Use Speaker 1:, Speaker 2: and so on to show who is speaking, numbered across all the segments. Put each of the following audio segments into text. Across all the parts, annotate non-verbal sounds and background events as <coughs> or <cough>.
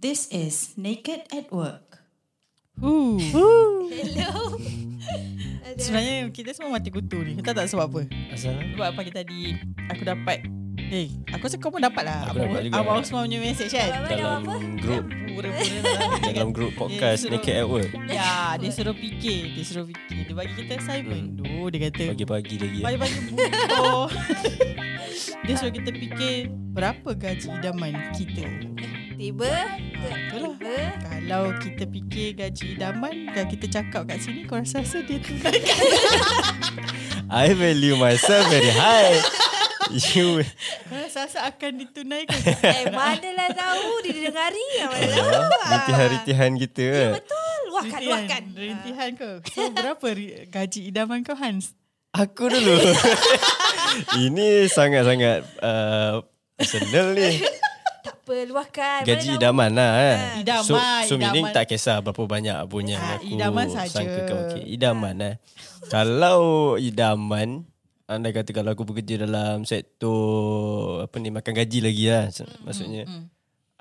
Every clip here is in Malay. Speaker 1: This is Naked at Work.
Speaker 2: Ooh.
Speaker 3: Hello.
Speaker 2: <laughs> Sebenarnya kita semua mati kutu ni. Tahu tak sebab apa?
Speaker 4: Asal?
Speaker 2: Sebab pagi tadi aku dapat Eh, aku rasa kau pun dapat lah
Speaker 4: Aku dapat juga.
Speaker 2: Awal semua punya message kan
Speaker 3: Abang dalam
Speaker 4: Dalam
Speaker 3: apa?
Speaker 4: grup
Speaker 2: Pura-pura
Speaker 4: <laughs>
Speaker 2: lah
Speaker 4: Dalam grup podcast
Speaker 2: suruh-
Speaker 4: Naked at Work
Speaker 2: Ya, dia suruh fikir Dia suruh fikir Dia bagi kita
Speaker 4: Hmm.
Speaker 2: assignment tu Dia kata
Speaker 4: Pagi-pagi lagi eh.
Speaker 2: Pagi-pagi
Speaker 4: <laughs>
Speaker 2: butuh Dia suruh kita fikir Berapa gaji idaman kita
Speaker 3: Tiba.
Speaker 2: Itulah.
Speaker 3: Tiba.
Speaker 2: Kalau kita fikir gaji idaman Dan kita cakap kat sini Kau rasa rasa dia tu
Speaker 3: <laughs>
Speaker 4: I value myself very high You
Speaker 2: Kau rasa rasa akan ditunaikan
Speaker 3: Eh, manalah tahu dia didengari. Mana tahu.
Speaker 4: Nanti hari Tihan ya, kita kan
Speaker 3: Betul. Wahkan,
Speaker 2: Rintihan,
Speaker 3: wahkan.
Speaker 2: Rintihan kau So berapa ri- gaji idaman kau Hans?
Speaker 4: Aku dulu Ini sangat-sangat uh, Personal ni
Speaker 3: Tak apa, luahkan. Mana
Speaker 4: Gaji
Speaker 3: tahu.
Speaker 4: idaman lah eh.
Speaker 2: Idaman,
Speaker 4: So, so meaning
Speaker 2: idaman.
Speaker 4: tak kisah Berapa banyak pun yang
Speaker 2: Ah,
Speaker 4: aku
Speaker 2: idaman saja.
Speaker 4: Sangka kau okay. Idaman eh. Kalau idaman Anda kata kalau aku bekerja dalam sektor Apa ni Makan gaji lagi lah
Speaker 2: Mm,
Speaker 4: se- Maksudnya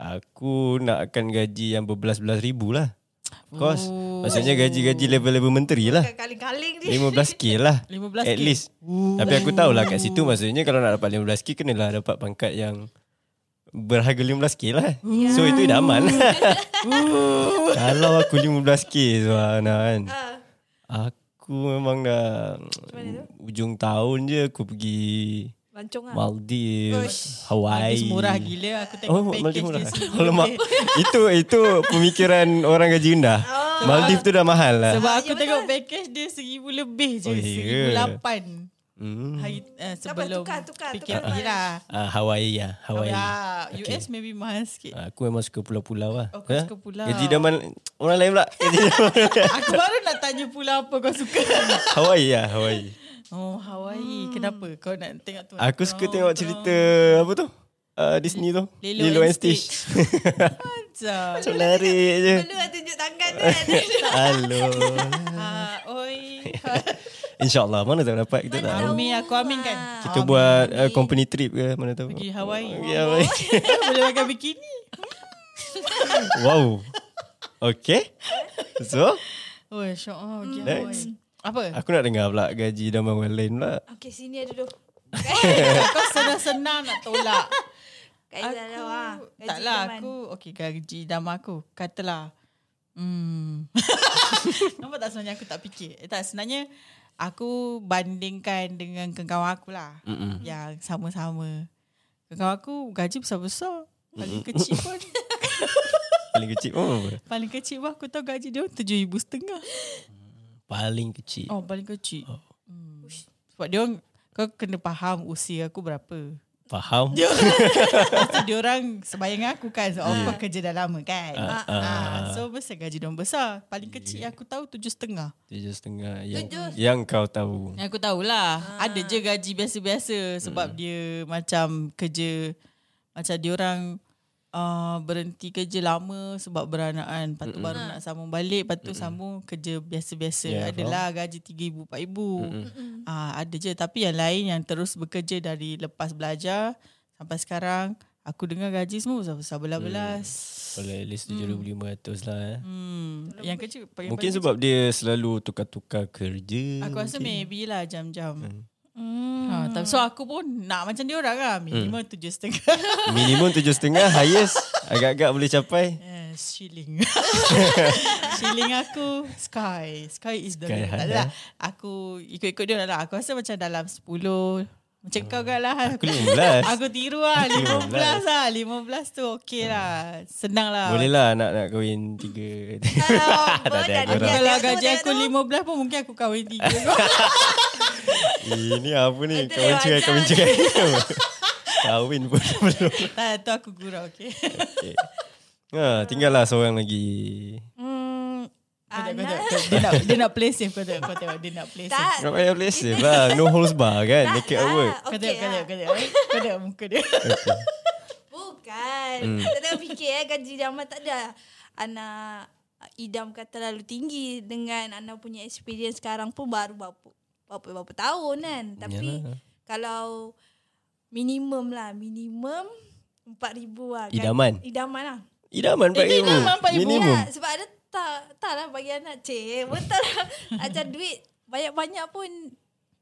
Speaker 4: Aku nak akan gaji yang berbelas-belas ribu lah Of course
Speaker 2: Oh.
Speaker 4: Maksudnya gaji-gaji level-level menteri lah
Speaker 3: Kaling-kaling dia.
Speaker 4: 15k
Speaker 2: <laughs>
Speaker 4: lah
Speaker 2: 15K.
Speaker 4: At least Tapi aku tahulah kat situ Maksudnya kalau nak dapat 15k Kenalah dapat pangkat yang Berharga 15k lah
Speaker 2: Ya.
Speaker 4: So itu idaman <laughs> Kalau aku 15k Suhana kan
Speaker 3: Ah.
Speaker 4: Aku memang dah Ujung tahun je Aku pergi
Speaker 3: Mancung lah.
Speaker 4: Maldives
Speaker 2: Habis
Speaker 4: Hawaii
Speaker 2: murah gila Aku tengok
Speaker 4: Oh,
Speaker 2: package
Speaker 4: Maldives murah.
Speaker 2: dia semua. <laughs>
Speaker 4: <laughs> Alamak. itu itu pemikiran orang gaji rendah. Maldives tu dah mahal lah.
Speaker 2: Sebab
Speaker 3: Ah,
Speaker 2: aku
Speaker 3: ya
Speaker 2: tengok package dia seribu lebih je.
Speaker 4: Oh,
Speaker 2: Oh,
Speaker 4: ya.
Speaker 2: seribu lapan.
Speaker 4: Hmm.
Speaker 2: Hari, uh, sebelum
Speaker 3: tukar, tukar,
Speaker 2: PKP
Speaker 3: tukar.
Speaker 2: lah.
Speaker 4: Ah, Hawaii ya, Hawaii.
Speaker 2: Ya, US maybe mahal sikit.
Speaker 4: Ah, Aku memang suka pulau-pulau lah.
Speaker 2: Oh, kau suka pulau.
Speaker 4: Gaji idaman orang lain pula. Gaji idaman.
Speaker 2: <laughs> aku baru nak tanya pula apa kau suka.
Speaker 4: <laughs> Hawaii ya, Hawaii.
Speaker 2: oh, Hawaii. Kenapa? Kau nak tengok tu?
Speaker 4: Aku suka tengok cerita apa tu? Uh, Disney tu.
Speaker 2: Lilo and
Speaker 4: <laughs>
Speaker 2: Macam.
Speaker 4: Macam menarik
Speaker 2: <laughs>
Speaker 4: je.
Speaker 3: Perlu lah tunjuk tangan tu. kan?
Speaker 4: <laughs> Halo.
Speaker 2: Ah, oi. <laughs>
Speaker 4: InsyaAllah mana tahu dapat kita tak tahu.
Speaker 2: Army aku amin kan?
Speaker 4: Kita buat uh, company trip ke mana tahu.
Speaker 2: Pergi Hawaii.
Speaker 4: Pergi
Speaker 2: <laughs>
Speaker 4: Hawaii.
Speaker 2: Boleh pakai bikini.
Speaker 4: wow. Okay. So,
Speaker 2: Oh, syok. Oh, pergi
Speaker 4: Next.
Speaker 2: Hawaii. Apa? <laughs>
Speaker 4: aku nak dengar pula gaji idaman orang lain pula.
Speaker 3: Okey, sini ada dulu.
Speaker 2: kau senang-senang nak tolak.
Speaker 3: Kat Izzah dah. ah. Gaji
Speaker 2: Taklah
Speaker 3: idaman.
Speaker 2: aku Okey gaji dama aku Katalah Hmm <laughs> Nampak tak sebenarnya aku tak fikir eh, Tak sebenarnya Aku bandingkan dengan kawan aku lah
Speaker 4: Mm-mm.
Speaker 2: Yang sama-sama Kawan aku gaji besar-besar Paling kecil pun <laughs>
Speaker 4: Paling kecil pun apa?
Speaker 2: Paling kecil pun aku tahu gaji dia tujuh ribu setengah
Speaker 4: Paling kecil.
Speaker 2: Oh paling kecil oh. Hmm. Sebab dia orang Kau kena faham usia aku berapa <laughs>
Speaker 4: Faham?
Speaker 2: Lepas tu diorang sebayang aku kan So yeah. kerja dah lama kan
Speaker 4: Ah,
Speaker 2: uh, uh. So besar gaji diorang besar Paling kecil yeah. aku tahu tujuh setengah
Speaker 4: Tujuh setengah yang,
Speaker 3: Tujuh.
Speaker 4: yang kau tahu.
Speaker 2: Yang aku tahulah uh. Ada je gaji biasa-biasa Sebab hmm. dia macam kerja Macam diorang uh, berhenti kerja lama Sebab beranaan Lepas
Speaker 4: Hmm.
Speaker 2: tu baru nak sambung balik Lepas tu sambung kerja biasa-biasa
Speaker 4: Ya, Hmm.
Speaker 2: yeah, Adalah gaji RM3,000, RM4,000 uh, Ada je Tapi yang lain yang terus bekerja Dari lepas belajar Sampai sekarang Aku dengar gaji semua
Speaker 4: Hmm.
Speaker 2: besar-besar belas-belas
Speaker 4: Kalau at least tujuh ribu lima ratus lah. Eh.
Speaker 2: Hmm. Yang kecil paling
Speaker 4: Mungkin
Speaker 2: paling
Speaker 4: sebab dia selalu tukar-tukar kerja.
Speaker 2: Aku rasa maybe lah jam-jam. Hmm. Ha, tapi- so aku pun nak macam dia orang lah. Minimum tujuh setengah.
Speaker 4: Minimum tujuh setengah, highest agak-agak boleh capai.
Speaker 2: <laughs> Yes, shilling. <laughs> shilling aku sky. Sky is the
Speaker 4: Sky
Speaker 2: limit. Tak
Speaker 4: high,
Speaker 2: ada lah. Aku ikut-ikut dia orang lah. Aku rasa macam dalam 10. Macam kau kan lah. Han.
Speaker 4: Hmm. Aku lima belas.
Speaker 2: Aku tiru lah. 15 lah. 15 tu okey lah. Senang lah.
Speaker 4: Boleh lah nak nak kahwin tiga.
Speaker 3: Alah,
Speaker 4: ada
Speaker 3: dah-
Speaker 4: yang
Speaker 3: dah-
Speaker 4: korang.
Speaker 2: Kalau
Speaker 3: Tengok tu,
Speaker 2: gaji
Speaker 3: tengok
Speaker 2: aku
Speaker 3: tu.
Speaker 2: 15 pun mungkin aku kahwin 3
Speaker 4: Ini apa ni?
Speaker 3: Betul,
Speaker 4: Kahwin cerai,
Speaker 3: Azan.
Speaker 4: kahwin cerai. <laughs> kahwin pun belum.
Speaker 2: Tak, tu aku gurau okay.
Speaker 4: Okay. Ha, tinggallah seorang lagi.
Speaker 3: Hmm,
Speaker 2: Kau tengok, kau tengok. Dia nak dia nak play safe kau tengok kau tengok dia nak play safe.
Speaker 3: Tak.
Speaker 4: Nak payah play safe lah. No holds bar kan. Make it at
Speaker 3: tak.
Speaker 4: work.
Speaker 2: Kau
Speaker 3: Okey
Speaker 2: tengok kau
Speaker 3: lah.
Speaker 2: tengok kau tengok. eh. Kau tengok muka dia.
Speaker 3: Bukan.
Speaker 4: Hmm.
Speaker 3: Tak tengah fikir eh gaji idaman tak ada. Ana idam kata terlalu tinggi dengan Ana punya experience sekarang pun baru berapa berapa berapa tahun kan. Tapi
Speaker 4: Hmm, Yalah.
Speaker 3: kalau minimum lah, minimum 4000 lah. kan.
Speaker 4: Idaman.
Speaker 3: Idaman lah.
Speaker 4: Idaman
Speaker 2: Eh, dia idaman
Speaker 4: RM4,000.
Speaker 2: RM4,000.
Speaker 4: Minimum.
Speaker 3: Ya, sebab ada tak tak lah bagi anak cik. Betul lah. <laughs> Macam duit banyak-banyak pun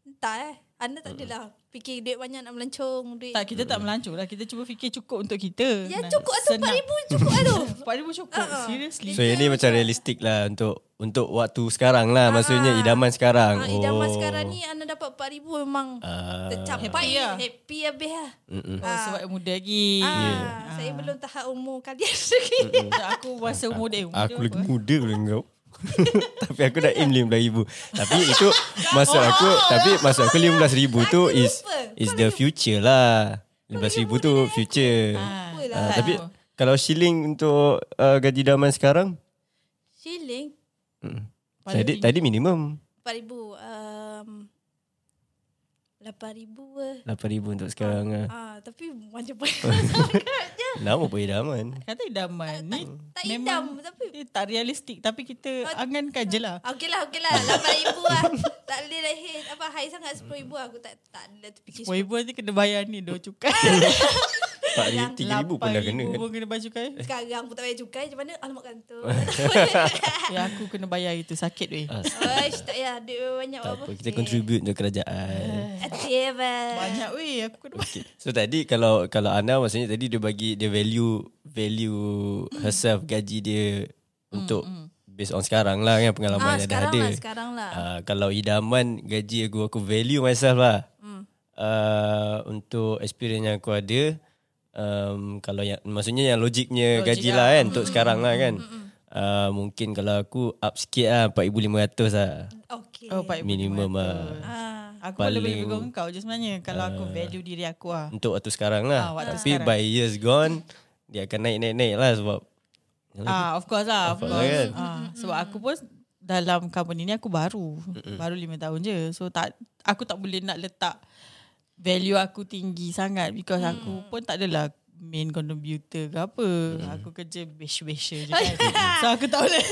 Speaker 3: entah eh. Anda tak
Speaker 4: Hmm.
Speaker 3: adalah fikir duit banyak nak melancong duit.
Speaker 2: <laughs> Tak kita tak melancur lah. Kita cuba fikir cukup untuk kita.
Speaker 3: Ya
Speaker 2: Nah,
Speaker 3: cukup tu
Speaker 2: senang.
Speaker 3: 4000 cukup
Speaker 4: <laughs>
Speaker 3: lah tu.
Speaker 2: 4000 cukup.
Speaker 3: Ah, ah.
Speaker 2: Seriously.
Speaker 4: So yang ni macam realistik lah untuk untuk waktu sekarang lah. Maksudnya idaman sekarang. Oh.
Speaker 3: Ha, Ah. idaman sekarang ni Ana dapat 4000 memang
Speaker 4: Ah.
Speaker 2: Happy
Speaker 3: tercapai. Happy,
Speaker 2: lah.
Speaker 3: happy habis lah.
Speaker 4: Mm-mm.
Speaker 2: Oh, sebab muda lagi.
Speaker 3: Ah, Saya belum tahap umur kalian <laughs> lagi.
Speaker 2: <laughs> Tak, Aku masa muda. eh, muda
Speaker 4: Aku lagi
Speaker 2: apa?
Speaker 4: muda boleh kau. <laughs> tapi aku dah aim RM15,000. Tapi
Speaker 3: <laughs>
Speaker 4: itu maksud aku, tapi maksud aku RM15,000 tu
Speaker 3: Oh. Aku
Speaker 4: is
Speaker 3: lupa.
Speaker 4: is
Speaker 3: Kau
Speaker 4: the future lah. RM15,000 tu future.
Speaker 2: Ah,
Speaker 3: Apalah.
Speaker 4: Ah,
Speaker 2: tak
Speaker 4: tapi
Speaker 2: tahu.
Speaker 4: kalau shilling untuk uh, gaji daman sekarang,
Speaker 3: Shilling
Speaker 2: Paling tinggi.
Speaker 4: tadi, tadi minimum
Speaker 3: 4000 um 8000 lah.
Speaker 4: RM8,000 untuk sekarang.
Speaker 3: <laughs>
Speaker 4: lah.
Speaker 3: Ah, tapi macam apa?
Speaker 4: <laughs> Lama pun idaman.
Speaker 2: Kata idaman ni
Speaker 3: tak idam
Speaker 2: memang
Speaker 3: tapi
Speaker 2: dia tak realistik tapi kita angankan je <laughs> lah.
Speaker 3: Okey lah, okey lah. 8,000 lah. tak boleh dah hit. Apa, high sangat 10,000 lah. Aku tak tak ada terfikir.
Speaker 2: Boy boy ni kena bayar ni dua
Speaker 4: <laughs>
Speaker 2: cukai.
Speaker 4: RM4,000 RM3,000 pun dah kena
Speaker 2: RM8,000
Speaker 4: kan.
Speaker 2: pun kena bayar <laughs> cukai.
Speaker 3: Sekarang pun tak payah cukai. Macam mana? Alamak
Speaker 4: <laughs>
Speaker 3: kantor.
Speaker 2: Ya aku kena bayar itu sakit weh.
Speaker 4: Ah.
Speaker 3: Oish, tak payah. Duit banyak
Speaker 4: Tak apa, kita contribute untuk
Speaker 3: Eh.
Speaker 4: kerajaan.
Speaker 3: Atif
Speaker 2: Banyak weh aku kena bayar.
Speaker 4: Okay. <laughs> So tadi kalau kalau Ana maksudnya tadi dia bagi dia value value herself gaji dia untuk based on sekarang lah kan pengalaman
Speaker 3: Hmm, Ah,
Speaker 4: yang dah
Speaker 3: sekarang
Speaker 4: ada.
Speaker 3: lah, sekarang lah.
Speaker 4: Ah, kalau idaman gaji aku aku value myself lah.
Speaker 3: Hmm.
Speaker 4: Ah, untuk experience yang aku ada um, kalau yang maksudnya yang logiknya
Speaker 2: Logik
Speaker 4: gaji
Speaker 2: lah.
Speaker 4: lah kan
Speaker 3: Hmm,
Speaker 4: untuk sekarang lah kan. Ah, mungkin kalau aku up sikit lah 4500 lah
Speaker 3: Okay.
Speaker 2: Oh, baik.
Speaker 4: minimum lah.
Speaker 3: Ah,
Speaker 2: Aku pun
Speaker 4: Paling- Ah.
Speaker 2: lebih bergurau kau je sebenarnya kalau aku value diri aku lah.
Speaker 4: Untuk waktu sekarang
Speaker 2: Ah,
Speaker 4: lah.
Speaker 2: waktu
Speaker 4: Tapi
Speaker 2: sekarang.
Speaker 4: by years gone, dia akan naik-naik-naik lah sebab
Speaker 2: Ah, of course lah. Of
Speaker 4: course
Speaker 2: course.
Speaker 4: lah kan.
Speaker 2: Ah, sebab aku pun dalam company ni aku baru. Baru lima tahun je. So tak aku tak boleh nak letak value aku tinggi sangat because aku
Speaker 4: Hmm.
Speaker 2: pun tak adalah main contributor ke apa. Aku kerja besh-besha je
Speaker 4: <laughs>
Speaker 2: kan. so aku tak boleh.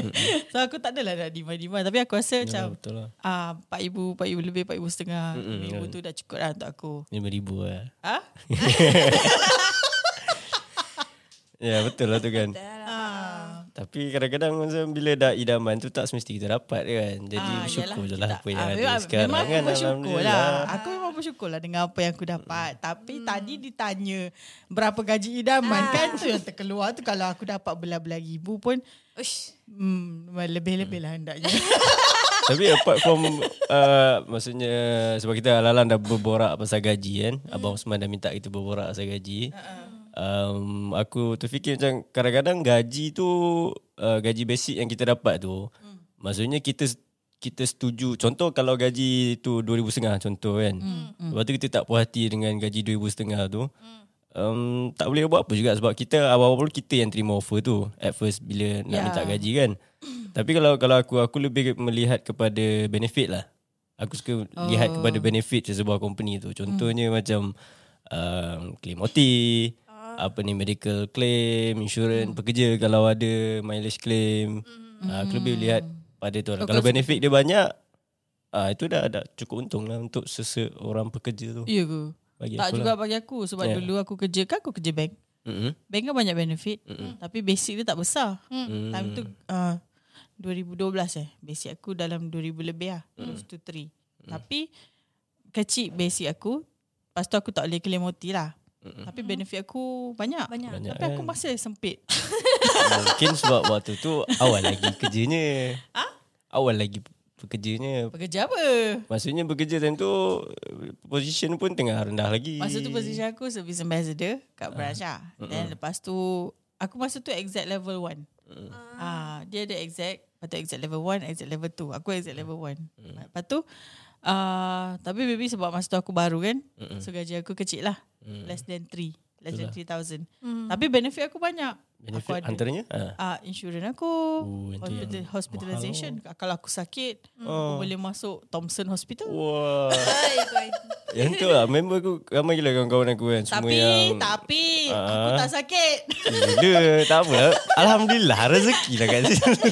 Speaker 2: <laughs> so aku tak adalah nak demand-demand. Tapi aku rasa macam
Speaker 4: betul lah.
Speaker 2: ah, 4,000, 4,000 lebih, 4,000 setengah.
Speaker 4: Mm-mm, ya.
Speaker 2: 1,000 tu dah cukup lah untuk aku.
Speaker 4: RM5,000 lah.
Speaker 2: Ah?
Speaker 4: Ya <laughs> betul lah tu kan.
Speaker 2: Ah.
Speaker 4: Tapi kadang-kadang macam bila dah idaman tu tak semesti kita dapat kan. Jadi
Speaker 2: Ah,
Speaker 4: ah, bersyukur
Speaker 2: yalah,
Speaker 4: je lah
Speaker 2: kita-
Speaker 4: apa yang
Speaker 2: ah,
Speaker 4: ada
Speaker 2: memang,
Speaker 4: sekarang
Speaker 2: memang
Speaker 4: kan.
Speaker 2: aku bersyukur lah.
Speaker 4: Alhamdulillah. Hmm.
Speaker 2: Aku memang bersyukur lah dengan apa yang aku dapat. Tapi tadi ditanya berapa gaji idaman kan tu yang terkeluar tu kalau aku dapat belah-belah ribu pun
Speaker 3: ush.
Speaker 2: hmm, lebih-lebih lah hendaknya.
Speaker 4: Tapi apart from uh, maksudnya sebab kita alalan dah berborak pasal gaji kan. Abang Osman dah minta kita berborak pasal gaji. Um, aku terfikir macam kadang-kadang gaji tu uh, gaji basic yang kita dapat tu. Maksudnya kita kita setuju contoh kalau gaji tu 2000.5 contoh kan. Lepas tu kita tak puas hati dengan gaji 2000.5 tu. Um, tak boleh buat apa juga sebab kita awal-awal kita yang terima offer tu at first bila nak
Speaker 2: Ya.
Speaker 4: minta gaji kan. Tapi kalau kalau aku aku lebih melihat kepada benefit lah. Aku suka oh. lihat kepada benefit je sebuah company tu. Contohnya hmm. macam um, claim OT, apa ni medical claim, insurance, Ah. hmm. pekerja kalau ada mileage claim. Hmm. aku lebih lihat pada tu lah. Kalau benefit dia banyak, ah itu dah dah cukup untung lah untuk seseorang pekerja tu.
Speaker 2: <laughs> ya ke?
Speaker 4: Bagi
Speaker 2: tak
Speaker 4: aku
Speaker 2: juga bagi aku sebab
Speaker 4: Ya.
Speaker 2: yeah. dulu aku kerja kan aku kerja bank.
Speaker 4: Mm-hmm.
Speaker 2: Bank kan banyak benefit mm tapi basic dia tak besar. Mm. Time tu uh, 2012 eh basic aku dalam 2000 lebih lah. Mm. Close to 3. Tapi kecil basic aku. Lepas tu aku tak boleh claim OT lah. Mm. Tapi benefit aku banyak.
Speaker 3: Banyak.
Speaker 4: Banyak,
Speaker 2: Tapi aku
Speaker 4: kan?
Speaker 2: masih sempit.
Speaker 4: Mungkin sebab waktu tu awal <laughs> lagi kerjanya. Awal lagi pekerjanya.
Speaker 2: Bekerja apa?
Speaker 4: Maksudnya bekerja time tu eh, Position pun tengah rendah lagi
Speaker 2: Masa tu position aku service ambassador
Speaker 4: Ah.
Speaker 2: kat branch lah. Then lepas tu aku masa tu exact level 1.
Speaker 4: Mm.
Speaker 2: Ah, dia ada exact, lepas tu exact level 1, exact level 2. Aku exact
Speaker 4: Mm.
Speaker 2: level 1. Lepas tu ah, tapi baby sebab masa tu aku baru kan.
Speaker 4: Mm.
Speaker 2: So gaji aku kecil lah. Less than 3. Less than 3000. Tapi benefit aku banyak.
Speaker 4: Benefit
Speaker 2: Aku ada.
Speaker 4: antaranya? Ha.
Speaker 2: uh, insurans aku
Speaker 4: Oh, itu
Speaker 2: hospital,
Speaker 4: yang
Speaker 2: hospitalization kalau aku sakit aku boleh masuk Thompson
Speaker 4: Oh,
Speaker 2: Hospital
Speaker 4: Wah.
Speaker 3: Hai, kau-
Speaker 4: yang tu lah. Member aku ramai gila kawan-kawan aku kan. Semua
Speaker 2: tapi
Speaker 4: yang... Ah.
Speaker 2: tapi aku tak sakit
Speaker 4: Gila. tak apa lah. Alhamdulillah rezeki lah kat
Speaker 2: <laughs>
Speaker 4: sini.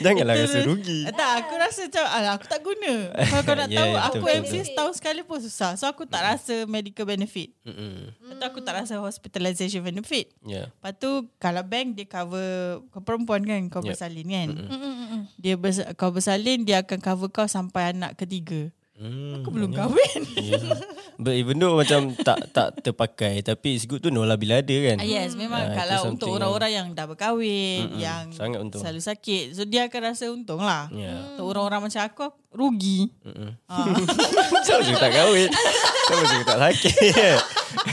Speaker 4: Janganlah rasa rugi.
Speaker 2: Eh, tak aku rasa macam alah, aku tak guna kalau kau nak
Speaker 4: <laughs> Ya,
Speaker 2: tahu
Speaker 4: betul,
Speaker 2: aku
Speaker 4: betul,
Speaker 2: MCS tahun sekali pun susah so aku tak rasa medical benefit
Speaker 4: Mm-mm.
Speaker 2: Lepas tu aku tak rasa hospitalization benefit
Speaker 4: Ya.
Speaker 2: Lepas tu kalau bank dia cover kau perempuan kan kau yep.
Speaker 4: Yep.
Speaker 2: bersalin kan. Mm-hmm.
Speaker 3: Mm, mm, mm, mm.
Speaker 2: Dia bers- kau bersalin dia akan cover kau sampai anak ketiga.
Speaker 4: Hmm.
Speaker 2: Aku belum kahwin.
Speaker 4: Yeah. ya. But even though macam tak tak terpakai tapi it's good to know lah bila ada
Speaker 2: <laughs>
Speaker 4: kan.
Speaker 2: Ah, yes, memang
Speaker 4: Ah, itu
Speaker 2: kalau untuk
Speaker 4: something
Speaker 2: orang-orang yang dah berkahwin,
Speaker 4: Mm-mm,
Speaker 2: yang
Speaker 4: sangat untung.
Speaker 2: selalu sakit. So dia akan rasa untung lah.
Speaker 4: Ya. Mm.
Speaker 2: Untuk orang-orang macam aku, aku rugi.
Speaker 4: Mm-mm.
Speaker 2: Ah.
Speaker 4: Macam juga tak kahwin. Macam juga tak <laughs> sakit.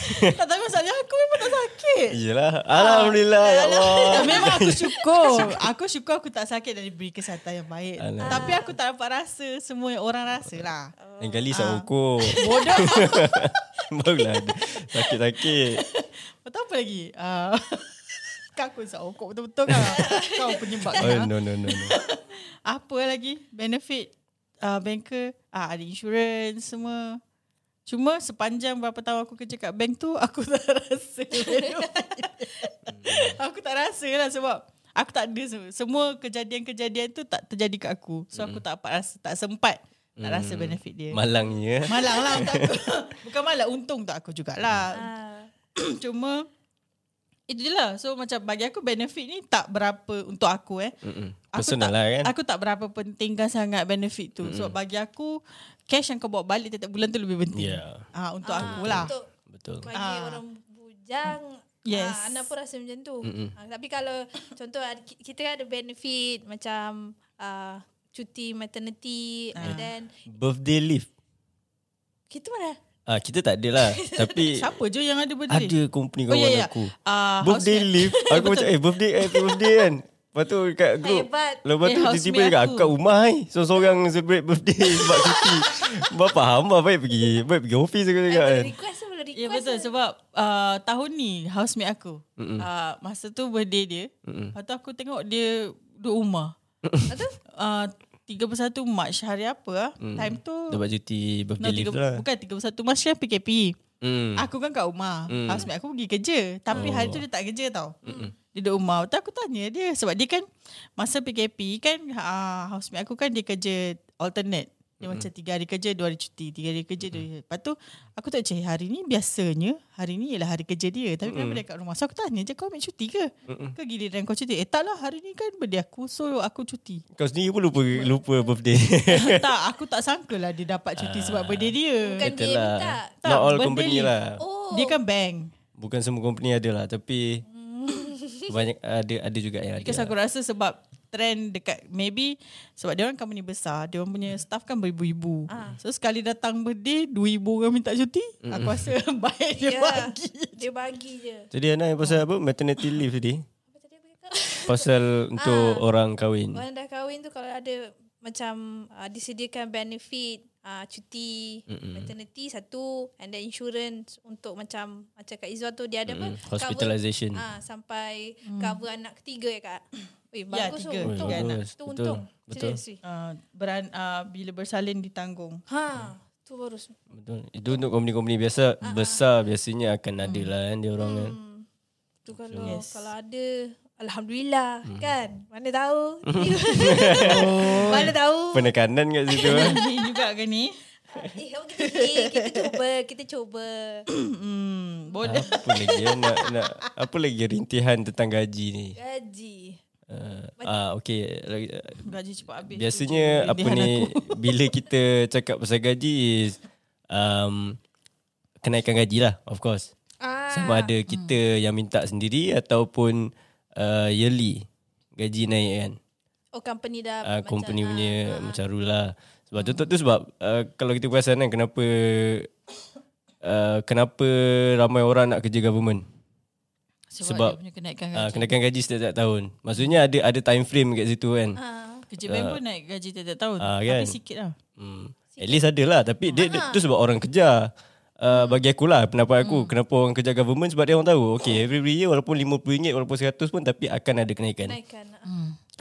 Speaker 2: <laughs> tak tapi masalahnya aku memang tak sakit.
Speaker 4: Yelah. Alhamdulillah ya Allah.
Speaker 2: Eh, <laughs> Memang aku syukur. Aku syukur aku tak sakit dan diberi kesihatan yang baik.
Speaker 4: Alah.
Speaker 2: Tapi aku tak dapat rasa semua yang orang rasa lah.
Speaker 4: Yang kali isap ukur. <laughs>
Speaker 2: Bodoh.
Speaker 4: Barulah ada. Sakit-sakit.
Speaker 2: Betul apa lagi? Uh, <laughs> kau aku insya Allah kau betul-betul <laughs> kan. kau penyebab
Speaker 4: Oh,
Speaker 2: kan.
Speaker 4: no, no,
Speaker 2: <laughs>
Speaker 4: no, no.
Speaker 2: Apa lagi? Benefit uh, banker, uh, ada insurans semua. Cuma sepanjang berapa tahun aku kerja kat bank tu aku <laughs> tak rasa. benefit. aku tak rasa lah sebab aku tak ada semua, semua kejadian-kejadian tu tak terjadi kat aku. So aku tak dapat rasa, tak sempat tak rasa benefit dia.
Speaker 4: Malangnya.
Speaker 2: <laughs> Malang lah untuk aku. Bukan malang, untung tak aku jugalah.
Speaker 3: <laughs> Ah.
Speaker 2: Cuma itu je lah. So macam bagi aku benefit ni tak berapa untuk aku eh.
Speaker 4: Mm-mm.
Speaker 2: Aku
Speaker 4: Personal
Speaker 2: tak,
Speaker 4: lah kan.
Speaker 2: Aku tak berapa pentingkan sangat benefit tu. Mm-hmm. So bagi aku cash yang kau bawa balik tiap-tiap bulan tu lebih penting.
Speaker 4: Yeah.
Speaker 2: Ah untuk
Speaker 3: Ah,
Speaker 2: aku lah.
Speaker 3: Untuk
Speaker 4: Ya, Betul.
Speaker 3: bagi
Speaker 2: Ah.
Speaker 3: orang bujang
Speaker 2: Yes.
Speaker 3: ah, anak pun rasa macam tu.
Speaker 4: Mm-mm.
Speaker 3: Ah, tapi kalau <coughs> contoh ada- ki- kita kan ada benefit macam ah, cuti maternity
Speaker 2: Ah.
Speaker 3: and then
Speaker 4: Birthday leave.
Speaker 3: kita mana?
Speaker 4: Ah, kita tak ada
Speaker 2: <laughs>
Speaker 4: lah. Tapi
Speaker 2: Siapa je yang ada benda ni?
Speaker 4: ada company
Speaker 2: Oh,
Speaker 4: kawan
Speaker 2: ya, ya.
Speaker 4: aku.
Speaker 2: Ah,
Speaker 4: birthday
Speaker 2: housemate. <laughs>
Speaker 4: leave Aku macam Eh birthday Happy birthday kan Lepas tu kat grup
Speaker 3: Hebat.
Speaker 4: Lepas tu
Speaker 2: Eh,
Speaker 4: tiba-tiba
Speaker 2: housemate
Speaker 4: dekat
Speaker 2: aku.
Speaker 4: aku kat rumah eh. So seorang celebrate birthday
Speaker 2: <laughs>
Speaker 4: Sebab cuti Bapa hamba baik pergi Baik pergi office aku
Speaker 3: Eh,
Speaker 4: cakap
Speaker 3: boleh
Speaker 4: kan
Speaker 3: request ke? Boleh request
Speaker 2: Ya betul
Speaker 3: ke?
Speaker 2: sebab uh, tahun ni housemate aku. Uh, masa tu birthday dia.
Speaker 4: Mm-mm.
Speaker 2: Lepas tu aku tengok dia duduk rumah.
Speaker 3: Lepas tu?
Speaker 2: Uh, 31 Mac hari apa ah?
Speaker 4: Mm.
Speaker 2: Time tu
Speaker 4: Dapat cuti
Speaker 2: no,
Speaker 4: birthday
Speaker 2: tiga,
Speaker 4: leave tu lah
Speaker 2: bukan 31 Mac kan PKP.
Speaker 4: mm.
Speaker 2: Aku kan kat rumah.
Speaker 4: Hmm.
Speaker 2: Mm. Housemate aku pergi kerja. Tapi oh. hari tu dia tak kerja tau. Mm. Dia duduk rumah. Lepas tu aku tanya dia. Sebab dia kan masa PKP kan uh, housemate aku kan dia kerja alternate. Dia mm. macam tiga hari kerja, dua hari cuti. Tiga hari kerja, dua hari. Lepas tu aku tak cakap "Eh, hari ni biasanya hari ni ialah hari kerja dia. Tapi kenapa dia kat rumah? So aku tanya je kau ambil cuti ke? Mm. Ke giliran kau cuti? Eh tak lah hari ni kan birthday aku. So aku cuti. <laughs>
Speaker 4: Kau sendiri pun lupa Lupa birthday
Speaker 2: tak, aku tak sangka lah dia dapat cuti sebab birthday dia.
Speaker 3: Bukan dia
Speaker 4: Itulah.
Speaker 3: minta.
Speaker 2: Tak,
Speaker 4: Ah. Not all
Speaker 2: birthday
Speaker 4: company
Speaker 2: leave.
Speaker 4: lah
Speaker 3: Oh.
Speaker 2: Dia kan bank.
Speaker 4: Bukan semua company ada lah Tapi Banyak ada ada juga yang ada
Speaker 2: Because
Speaker 4: lah.
Speaker 2: aku rasa sebab trend dekat maybe sebab dia orang company besar, dia orang punya staff kan beribu-ibu.
Speaker 4: Ah.
Speaker 2: So sekali datang birthday 2000 orang minta cuti, aku rasa <laughs> baik dia
Speaker 3: Ya.
Speaker 2: bagi.
Speaker 3: Dia bagi je.
Speaker 4: Jadi Ana yang pasal apa Maternity leave tadi
Speaker 3: Apa tadi aku cakap?
Speaker 4: Pasal untuk orang kahwin
Speaker 3: Orang dah kahwin tu kalau ada macam uh, disediakan benefit uh, cuti Mm-mm. maternity satu and then insurance untuk macam macam Kak Izwa tu dia ada apa
Speaker 4: Mm-mm. Hospitalization.
Speaker 3: cover, uh, sampai mm. cover anak ketiga ya Kak <coughs> Eh,
Speaker 2: Hmm. Ya,
Speaker 3: bagus
Speaker 2: tiga.
Speaker 3: tu untung.
Speaker 4: Oi, bagus.
Speaker 3: Tu
Speaker 4: Betul.
Speaker 3: untung.
Speaker 4: Betul.
Speaker 3: Seriously.
Speaker 2: Uh, beran, uh, bila bersalin ditanggung.
Speaker 3: Ha, tu baru. se-
Speaker 4: Betul. Itu untuk company-company biasa Besar biasanya akan ada lah kan Dia orang kan
Speaker 3: Tu kalau yes. kalau ada Alhamdulillah hmm. kan. Mana
Speaker 2: <laughs>
Speaker 3: tahu. Mana tahu.
Speaker 4: Penekanan kat situ eh.
Speaker 2: <laughs> Ni juga ke ni?
Speaker 3: Eh, kita, eh, kita cuba, kita cuba.
Speaker 2: Hmm, boleh.
Speaker 4: Apa lagi eh? nak, nak Apa lagi rintihan tentang gaji ni
Speaker 3: Ya. Gaji.
Speaker 4: uh, ah, Okay Lagi-
Speaker 2: Gaji cepat habis.
Speaker 4: Ah. Biasanya apa
Speaker 2: Pilihan
Speaker 4: ni <laughs> Bila kita cakap pasal gaji is, um, Kenaikan gaji lah Of course
Speaker 3: Ah. Hmm.
Speaker 4: Sama ada kita yang minta sendiri Ataupun uh, yearly Gaji naik kan
Speaker 3: Oh company dah
Speaker 4: uh,
Speaker 3: macam- ah,
Speaker 4: company
Speaker 3: Hmm.
Speaker 4: punya macam rule lah. Sebab tu tu- tu sebab uh, kalau kita perasan kan kenapa uh, kenapa ramai orang nak kerja government.
Speaker 2: sebab, sebab
Speaker 4: sebab,
Speaker 2: dia punya kenaikan
Speaker 4: Uh,
Speaker 2: gaji.
Speaker 4: kenakan gaji setiap tahun. Maksudnya ada ada time frame kat situ kan.
Speaker 3: ah.
Speaker 2: Kerja bank pun naik gaji tiap-tiap tahun.
Speaker 4: Ah,
Speaker 2: Tapi
Speaker 4: kan?
Speaker 2: sikit lah.
Speaker 4: Hmm. At least ada lah tapi dia, dia tu sebab orang kerja. Uh, bagi akulah pendapat aku hmm. kenapa orang kerja government sebab dia orang tahu okay every year walaupun RM50 walaupun RM100 pun tapi akan ada kenaikan
Speaker 3: Naikkan.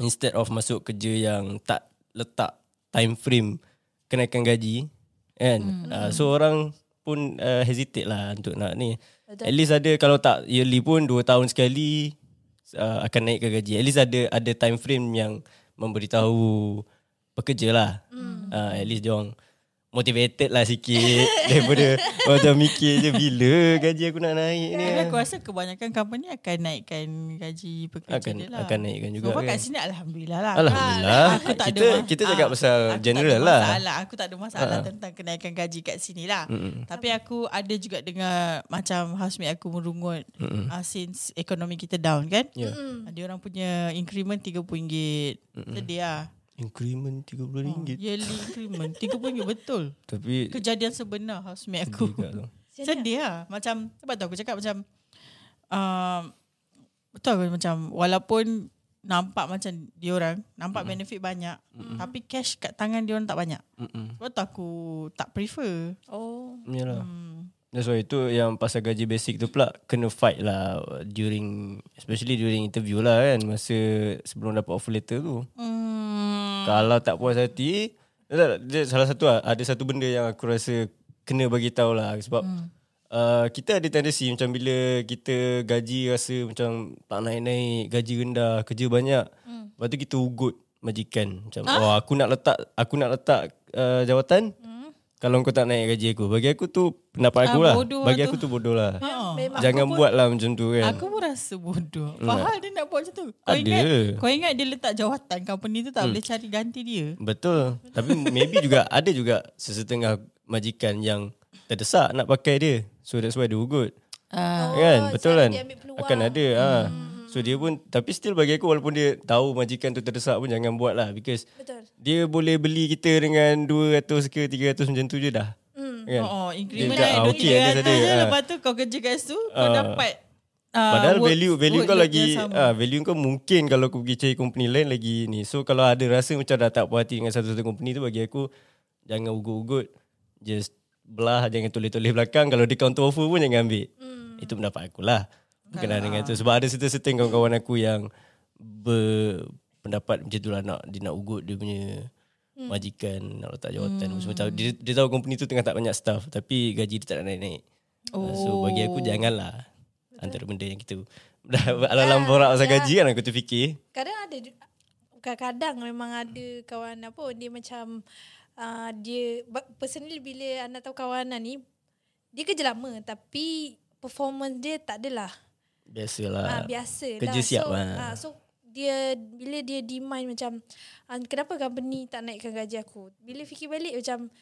Speaker 4: instead of masuk kerja yang tak letak time frame kenaikan gaji kan mm. uh, so orang pun uh, hesitate lah untuk nak ni at least ada kalau tak yearly pun 2 tahun sekali uh, akan naik ke gaji at least ada ada time frame yang memberitahu pekerja lah mm. uh, at least dia orang motivated lah sikit daripada macam mikir je bila gaji aku nak naik ni
Speaker 2: Tapi aku rasa kebanyakan company akan naikkan gaji pekerja
Speaker 4: akan
Speaker 2: dia lah.
Speaker 4: akan naikkan juga
Speaker 2: so, far
Speaker 4: kan
Speaker 2: kat sini Alhamdulillah lah.
Speaker 4: Alhamdulillah.
Speaker 2: Aku tak
Speaker 4: kita
Speaker 2: ada ma-
Speaker 4: kita cakap
Speaker 2: ah,
Speaker 4: pasal
Speaker 2: aku tak
Speaker 4: general
Speaker 2: ada
Speaker 4: lah. Ha.
Speaker 2: Masalah. Aku tak ada masalah tentang kenaikan gaji kat sini lah. Mm-mm. Tapi aku ada juga dengar macam housemate aku merungut uh, since ekonomi kita down kan.
Speaker 4: Yeah.
Speaker 2: Mm. Dia orang punya increment RM30. Sedih lah.
Speaker 4: Increment
Speaker 2: Oh,
Speaker 4: RM30.
Speaker 2: Yearly increment RM30 betul.
Speaker 4: Tapi
Speaker 2: Kejadian sebenar housemate aku.
Speaker 4: juga tu.
Speaker 2: Sedih lah. Macam, sebab tu aku cakap macam, uh, betul aku macam, walaupun nampak macam diorang, nampak mm. benefit banyak, mm. tapi cash kat tangan diorang tak banyak.
Speaker 4: Mm-mm.
Speaker 2: Sebab tu aku tak prefer.
Speaker 3: Oh.
Speaker 4: Yalah.
Speaker 2: Hmm.
Speaker 4: That's why itu yang pasal gaji basic tu pula kena fight lah during especially during interview lah kan masa sebelum dapat offer letter tu.
Speaker 2: Hmm.
Speaker 4: Kalau tak puas hati dia- dia salah satu lah, ada satu benda yang aku rasa kena bagi tahu lah sebab
Speaker 2: Mm.
Speaker 4: hmm. uh, kita ada tendensi macam bila kita gaji rasa macam tak naik-naik gaji rendah kerja banyak
Speaker 2: Mm.
Speaker 4: hmm. lepas tu kita ugut majikan macam ah? oh aku nak letak aku nak letak uh, jawatan hmm. kalau kau tak naik gaji aku bagi aku tu pendapat aku
Speaker 2: Mm. Ah,
Speaker 4: lah
Speaker 2: bodoh
Speaker 4: bagi
Speaker 2: lah
Speaker 4: aku tu bodoh
Speaker 2: <laughs>
Speaker 4: lah
Speaker 3: Memang
Speaker 4: jangan buat lah macam tu kan
Speaker 2: Aku pun rasa bodoh. Fahal dia nak buat macam tu. Kau
Speaker 4: Mm. Ada. Mm.
Speaker 2: ingat, kau ingat dia letak jawatan company tu tak boleh cari ganti dia.
Speaker 4: Betul. Tapi maybe juga <laughs> ada juga sesetengah majikan yang terdesak nak pakai dia. So that's why dia ugut.
Speaker 2: Ah.
Speaker 4: Oh, kan? Betul
Speaker 3: jadi
Speaker 4: kan?
Speaker 3: dia ambil peluang.
Speaker 4: Akan ada. Hmm. Ha. So dia pun tapi still bagi aku walaupun dia tahu majikan tu terdesak pun jangan buat lah because
Speaker 3: Betul.
Speaker 4: dia boleh beli kita dengan 200 ke 300 macam tu je dah.
Speaker 3: Hmm.
Speaker 4: Kan?
Speaker 2: Oh, increment
Speaker 4: Dia cakap, ah, okey, ada
Speaker 2: ada.
Speaker 4: saja. Ah.
Speaker 2: Lepas tu kau kerja kat situ, kau
Speaker 4: Ah.
Speaker 2: dapat ah,
Speaker 4: Padahal
Speaker 2: work-
Speaker 4: value value kau
Speaker 2: workload yang
Speaker 4: lagi
Speaker 2: sama.
Speaker 4: ah value kau mungkin kalau aku pergi cari company lain lagi ni. So kalau ada rasa macam dah tak puas hati dengan satu-satu company tu bagi aku jangan ugut-ugut. Just belah jangan tulis-tulis belakang kalau dia counter offer pun jangan ambil. Hmm. Itu pendapat aku lah. Berkenaan dengan tu sebab ada certain-certain kawan-kawan aku yang berpendapat macam tu lah nak dia nak ugut dia punya hmm. majikan nak letak jawatan hmm. macam dia, dia tahu company tu tengah tak banyak staff tapi gaji dia tak nak naik-naik. Oh. So bagi aku janganlah antara benda yang kita <laughs>
Speaker 3: Hmm.
Speaker 4: dah
Speaker 3: Ah,
Speaker 4: dalam borak
Speaker 3: ya.
Speaker 4: pasal gaji kan aku terfikir.
Speaker 3: Kadang ada ju- kadang-kadang memang ada kawan apa dia macam uh, dia but personally bila anda tahu kawan Ana ni dia kerja lama tapi performance dia tak adalah uh,
Speaker 4: Biasalah.
Speaker 3: biasa
Speaker 4: kerja
Speaker 3: lah.
Speaker 4: siap
Speaker 3: so,
Speaker 4: lah.
Speaker 3: ah, so dia bila dia demand macam ah, kenapa company tak naikkan gaji aku? Bila fikir balik macam